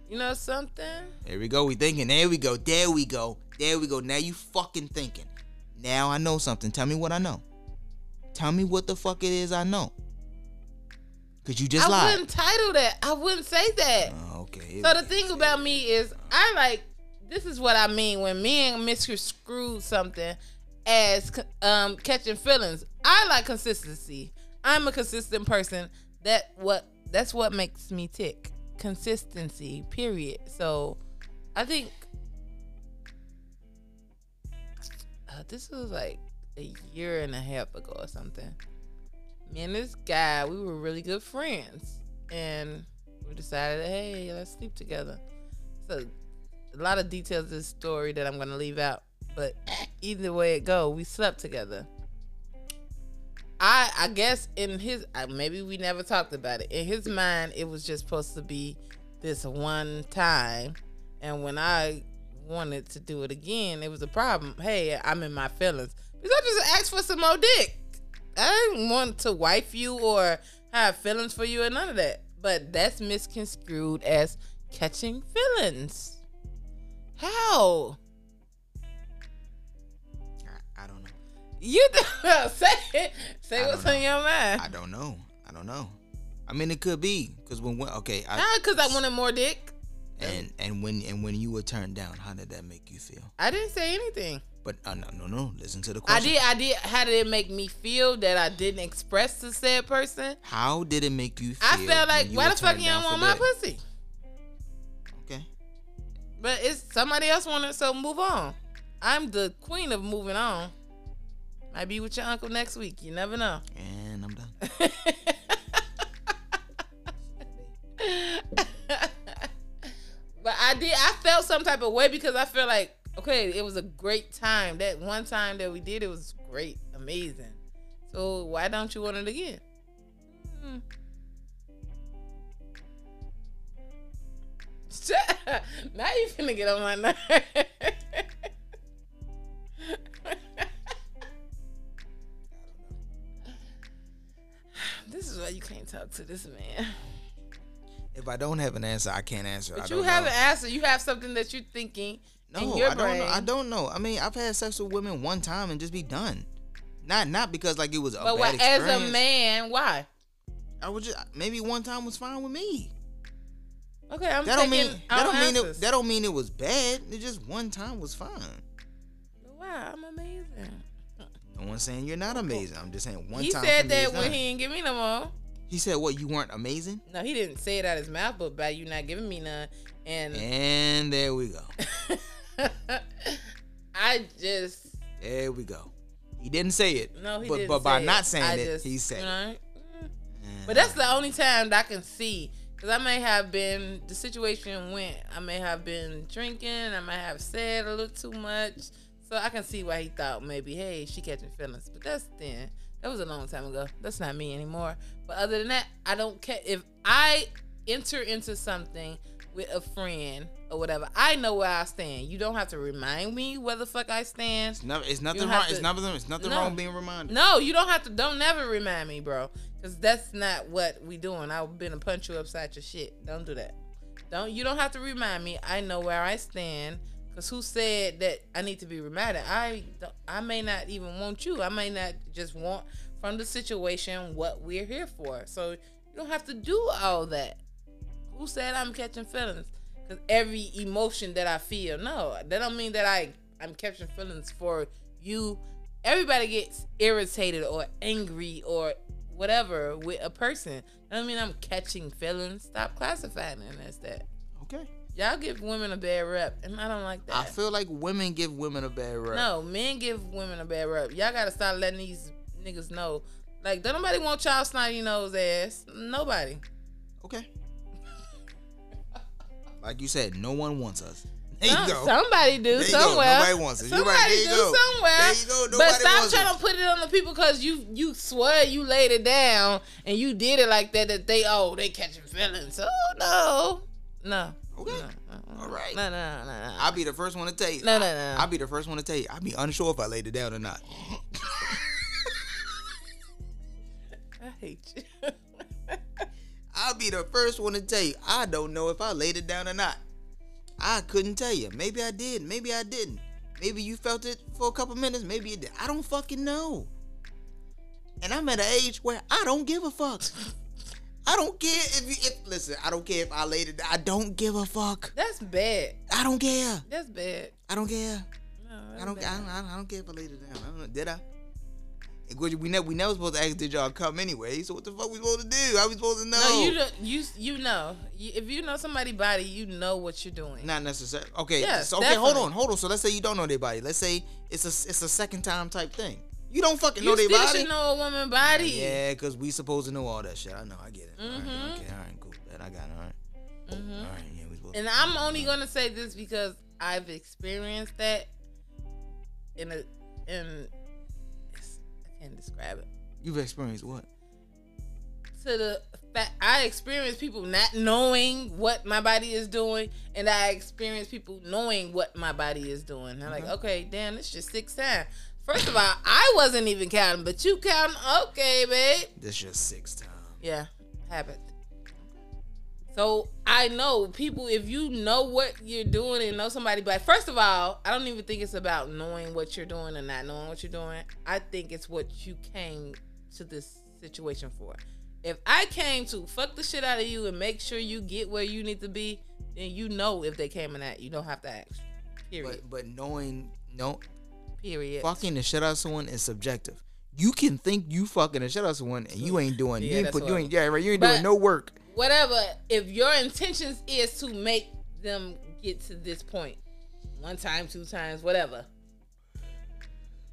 Speaker 3: you know something?
Speaker 2: There we go. We thinking. There we go. There we go. There we go. Now you fucking thinking. Now I know something. Tell me what I know. Tell me what the fuck it is I know. Cause you just
Speaker 3: I
Speaker 2: lied.
Speaker 3: wouldn't title that. I wouldn't say that.
Speaker 2: Oh, okay.
Speaker 3: So the thing about me is, I like this is what I mean when me and Mister screwed something as um, catching feelings. I like consistency. I'm a consistent person. That what that's what makes me tick. Consistency. Period. So I think uh, this was like a year and a half ago or something. Me and this guy, we were really good friends, and we decided, hey, let's sleep together. So, a lot of details of this story that I'm gonna leave out, but either way it go, we slept together. I I guess in his uh, maybe we never talked about it. In his mind, it was just supposed to be this one time, and when I wanted to do it again, it was a problem. Hey, I'm in my feelings because I just asked for some more dick. I didn't want to wife you or have feelings for you or none of that. But that's misconstrued as catching feelings. How?
Speaker 2: I, I don't know.
Speaker 3: You [laughs] th- say it. Say
Speaker 2: I
Speaker 3: what's
Speaker 2: don't
Speaker 3: on your mind.
Speaker 2: I don't know. I don't know. I mean, it could be because when when- okay, I,
Speaker 3: Not because I wanted more dick.
Speaker 2: and and when and when you were turned down, how did that make you feel?
Speaker 3: I didn't say anything.
Speaker 2: But uh, no, no, no. Listen to the
Speaker 3: I
Speaker 2: question.
Speaker 3: did. I did. How did it make me feel that I didn't express to said person?
Speaker 2: How did it make you feel?
Speaker 3: I felt like,
Speaker 2: when you
Speaker 3: why
Speaker 2: were
Speaker 3: the fuck
Speaker 2: turned
Speaker 3: you don't
Speaker 2: down for
Speaker 3: want my
Speaker 2: that?
Speaker 3: pussy?
Speaker 2: Okay.
Speaker 3: But it's somebody else wanted, it, so move on. I'm the queen of moving on. Might be with your uncle next week. You never know.
Speaker 2: And I'm done. [laughs]
Speaker 3: But I did. I felt some type of way because I feel like okay, it was a great time. That one time that we did, it was great, amazing. So why don't you want it again? Hmm. [laughs] Shut up. Now you finna get on my nerve. [laughs] this is why you can't talk to this man.
Speaker 2: If I don't have an answer, I can't answer. I
Speaker 3: But
Speaker 2: don't
Speaker 3: you have
Speaker 2: know.
Speaker 3: an answer. You have something that you're thinking
Speaker 2: No,
Speaker 3: in your
Speaker 2: I don't
Speaker 3: brain.
Speaker 2: know. I don't know. I mean, I've had sex with women one time and just be done. Not not because like it was a
Speaker 3: But
Speaker 2: bad
Speaker 3: why, as
Speaker 2: experience.
Speaker 3: a man, why?
Speaker 2: I was just maybe one time was fine with me.
Speaker 3: Okay, I'm
Speaker 2: That don't
Speaker 3: taking.
Speaker 2: mean that don't mean
Speaker 3: answers.
Speaker 2: it, that don't mean it was bad. It just one time was fine.
Speaker 3: Wow, I'm amazing.
Speaker 2: No one's saying you're not amazing. I'm just saying one
Speaker 3: he
Speaker 2: time. for
Speaker 3: said
Speaker 2: me is
Speaker 3: that when
Speaker 2: done.
Speaker 3: he didn't give me no more.
Speaker 2: He said what you weren't amazing,
Speaker 3: No, he didn't say it out his mouth, but by you not giving me none, and
Speaker 2: and there we
Speaker 3: [laughs]
Speaker 2: go.
Speaker 3: I just
Speaker 2: There we go. He didn't say it.
Speaker 3: no, he
Speaker 2: but,
Speaker 3: didn't.
Speaker 2: But by
Speaker 3: say
Speaker 2: not
Speaker 3: it.
Speaker 2: saying
Speaker 3: I
Speaker 2: it,
Speaker 3: just,
Speaker 2: he said.
Speaker 3: you
Speaker 2: it.
Speaker 3: know, mm.
Speaker 2: Yeah.
Speaker 3: But that's the only time that I can see. Cause I may have been the situation went. I may have been drinking. I might have said a little too much. So I can see why he thought maybe, hey, she catching feelings. But that's then. That was a long time ago. That's not me anymore. But other than that, I don't care if I enter into something with a friend or whatever. I know where I stand. You don't have to remind me where the fuck I stand.
Speaker 2: it's, not, it's nothing
Speaker 3: have
Speaker 2: wrong.
Speaker 3: to-
Speaker 2: it's nothing. It's nothing
Speaker 3: No.
Speaker 2: wrong being reminded.
Speaker 3: No, you don't have to. Don't never remind me, bro. Cause that's not what we doing. I've been to punch you upside your shit. Don't do that. Don't you don't have to remind me. I know where I stand. Cause who said that I need to be reminded? I don't- I may not even want you. I may not just want from the situation what we're here for. So you don't have to do all that. Who said I'm catching feelings? Cause every emotion that I feel, no, that don't mean that I I'm catching feelings for you. Everybody gets irritated or angry or whatever with a person. I don't mean I'm catching feelings. Stop classifying them as that.
Speaker 2: Okay.
Speaker 3: Y'all give women a bad rep, and I don't like that.
Speaker 2: I feel like women give women a bad rep.
Speaker 3: No, men give women a bad rep. Y'all gotta start letting these niggas know. Like, don't nobody want y'all snotty nose ass. Nobody. [laughs]
Speaker 2: Okay. Like you said, no one wants us. There you go.
Speaker 3: Somebody do
Speaker 2: There you go.
Speaker 3: somewhere.
Speaker 2: Nobody wants it. You're
Speaker 3: Somebody
Speaker 2: right. There you
Speaker 3: do
Speaker 2: go.
Speaker 3: somewhere.
Speaker 2: There you go.
Speaker 3: but
Speaker 2: Nobody
Speaker 3: stop
Speaker 2: wants
Speaker 3: trying
Speaker 2: it.
Speaker 3: to put it on the people because you you swear you laid it down and you did it like that that they oh they catching feelings. Oh no, no.
Speaker 2: Okay.
Speaker 3: No, no,
Speaker 2: All right.
Speaker 3: No, no, no, no.
Speaker 2: I'll be the first one to tell you.
Speaker 3: No, no, no.
Speaker 2: I'll be the first one to tell you. I'll be unsure if I laid it down or not.
Speaker 3: I hate you. [laughs]
Speaker 2: I'll be the first one to tell you. I don't know if I laid it down or not. I couldn't tell you. Maybe I did. Maybe I didn't. Maybe you felt it for a couple minutes. Maybe it did. I don't fucking know. And I'm at an age where I don't give a fuck. I don't care if you. If, listen, I don't care if I laid it down. I don't give a fuck.
Speaker 3: That's bad.
Speaker 2: I don't care.
Speaker 3: That's bad.
Speaker 2: I don't care.
Speaker 3: No,
Speaker 2: I don't,
Speaker 3: Bad.
Speaker 2: I don't. I don't. I don't care if I laid it down. I don't know. Did I? And We we never, we never supposed to ask did y'all come anyway. So what the fuck we supposed to do? How we supposed to know?
Speaker 3: No, you don't. You you know. You, if you know somebody's body, you know what you're doing.
Speaker 2: Not necessarily. Okay.
Speaker 3: Yes,
Speaker 2: so, okay. Hold
Speaker 3: definitely.
Speaker 2: on. Hold on. So let's say you don't know their body. Let's say it's a it's a second time type thing. You don't fucking
Speaker 3: you
Speaker 2: know their
Speaker 3: still
Speaker 2: body.
Speaker 3: should know a woman's body.
Speaker 2: Yeah, cause we supposed to know all that shit. I know. I get it. All right,
Speaker 3: Mm-hmm.
Speaker 2: okay. All right. Cool. That I got. It. All right. All right. Yeah. We supposed.
Speaker 3: And I'm only gonna say this because I've experienced that in a in it's- I can't describe it.
Speaker 2: You've experienced what?
Speaker 3: To the fact I experience people not knowing what my body is doing, and I experience people knowing what my body is doing. And I'm like, okay, damn, this your sixth time. First of all, I wasn't even counting, but you counting. Okay, babe.
Speaker 2: This your sixth time.
Speaker 3: Yeah, habit. So I know people. If you know what you're doing and know somebody, but first of all, I don't even think it's about knowing what you're doing and not knowing what you're doing. I think it's what you came to this situation for. If I came to fuck the shit out of you and make sure you get where you need to be, then you know if they came or not. You don't have to ask. Period.
Speaker 2: But but knowing no
Speaker 3: Period.
Speaker 2: fucking the shit out of someone is subjective. You can think you fucking the shit out of someone and you ain't doing
Speaker 3: Yeah,
Speaker 2: you ain't
Speaker 3: that's
Speaker 2: put you
Speaker 3: what-
Speaker 2: ain't yeah right you ain't
Speaker 3: But-
Speaker 2: doing no work.
Speaker 3: whatever if your intentions is to make them get to this point one time two times whatever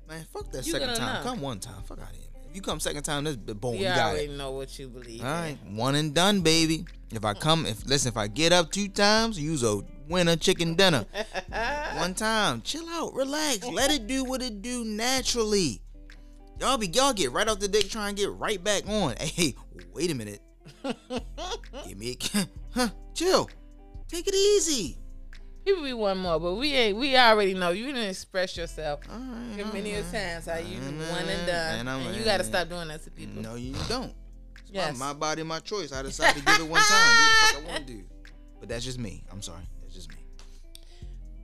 Speaker 2: Man, fuck that
Speaker 3: You
Speaker 2: second
Speaker 3: gonna
Speaker 2: time.
Speaker 3: know.
Speaker 2: Come one time. Fuck out of here. Man. If you come second time, that's boom.
Speaker 3: you
Speaker 2: you got
Speaker 3: already
Speaker 2: it.
Speaker 3: know what you believe
Speaker 2: All right, one and done, baby. If I come, if listen, if I get up two times, use a winner chicken dinner. one time, chill out, relax, let it do what it do naturally. Y'all be y'all get right off the dick, try and get right back on. Hey, wait a minute. Give me, a, huh? Chill. Take it easy.
Speaker 3: people be one more but we ain't we already know you didn't express yourself
Speaker 2: All right.
Speaker 3: Too many
Speaker 2: all
Speaker 3: a
Speaker 2: right.
Speaker 3: times how you
Speaker 2: Mm,
Speaker 3: one and done
Speaker 2: Mm-hmm. and I'm-
Speaker 3: and you gotta stop doing that to people
Speaker 2: No, you don't. It's my-
Speaker 3: Yes.
Speaker 2: my, body, my choice. I decide to give it one time. Do the fuck I want to do. But that's just me. I'm sorry. That's just me.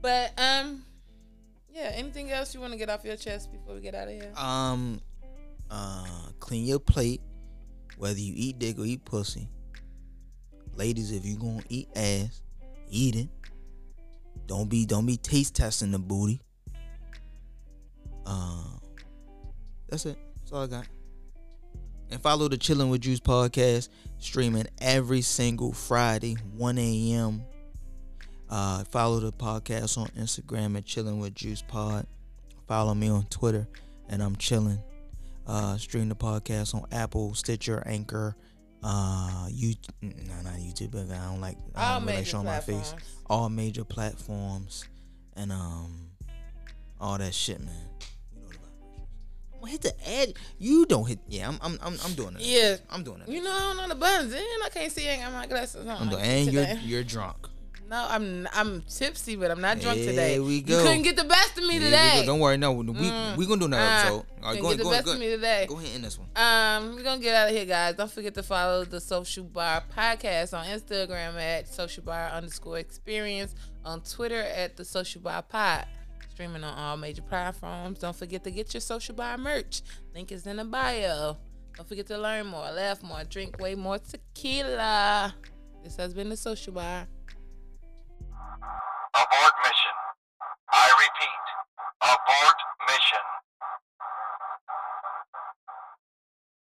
Speaker 3: but um yeah anything else you want to get off your chest before we get out of here
Speaker 2: Um, uh, clean your plate, whether you eat dick or eat pussy. Ladies, if you gonna eat ass, eat it. Don't be don't be taste testing the booty. Uh, that's it. That's all I got. And follow the Chilling with Juice podcast streaming every single Friday, 1 a.m. Uh, follow the podcast on Instagram at Chilling with Juice Pod. Follow me on Twitter, and I'm chilling. Uh, stream the podcast on Apple, Stitcher, Anchor, uh, you no, not YouTube, but I don't like I
Speaker 3: All
Speaker 2: don't really like
Speaker 3: major
Speaker 2: showing my face.
Speaker 3: platforms.
Speaker 2: All major platforms, and um, all that shit, man. You know the vibrations. I'm gonna hit the edge. You don't hit. Yeah, I'm I'm I'm, I'm doing it.
Speaker 3: yeah
Speaker 2: I'm doing it.
Speaker 3: you know i don't know the buttons and i can't see i got my glasses on
Speaker 2: I'm doing, and you're
Speaker 3: today.
Speaker 2: you're drunk.
Speaker 3: No, I'm I'm tipsy, but I'm not drunk
Speaker 2: Here
Speaker 3: today.
Speaker 2: we
Speaker 3: You
Speaker 2: go.
Speaker 3: couldn't get the best of me
Speaker 2: Yeah, we
Speaker 3: today.
Speaker 2: good. don't worry. No, we
Speaker 3: Mm.
Speaker 2: we gonna do another
Speaker 3: Ah,
Speaker 2: episode. All right,
Speaker 3: couldn't
Speaker 2: go
Speaker 3: get
Speaker 2: ahead,
Speaker 3: the
Speaker 2: go
Speaker 3: best
Speaker 2: ahead,
Speaker 3: of me
Speaker 2: go
Speaker 3: today.
Speaker 2: ahead. Go ahead and end this one.
Speaker 3: Um, we're gonna get out of here, guys. Don't forget to follow the Social Bar Podcast on Instagram at Social Bar underscore Experience, on Twitter at the Social Bar Pod. Streaming on all major platforms. Don't forget to get your Social Bar merch. Link is in the bio. Don't forget to learn more, laugh more, drink way more tequila. This has been the Social Bar.
Speaker 4: Abort mission.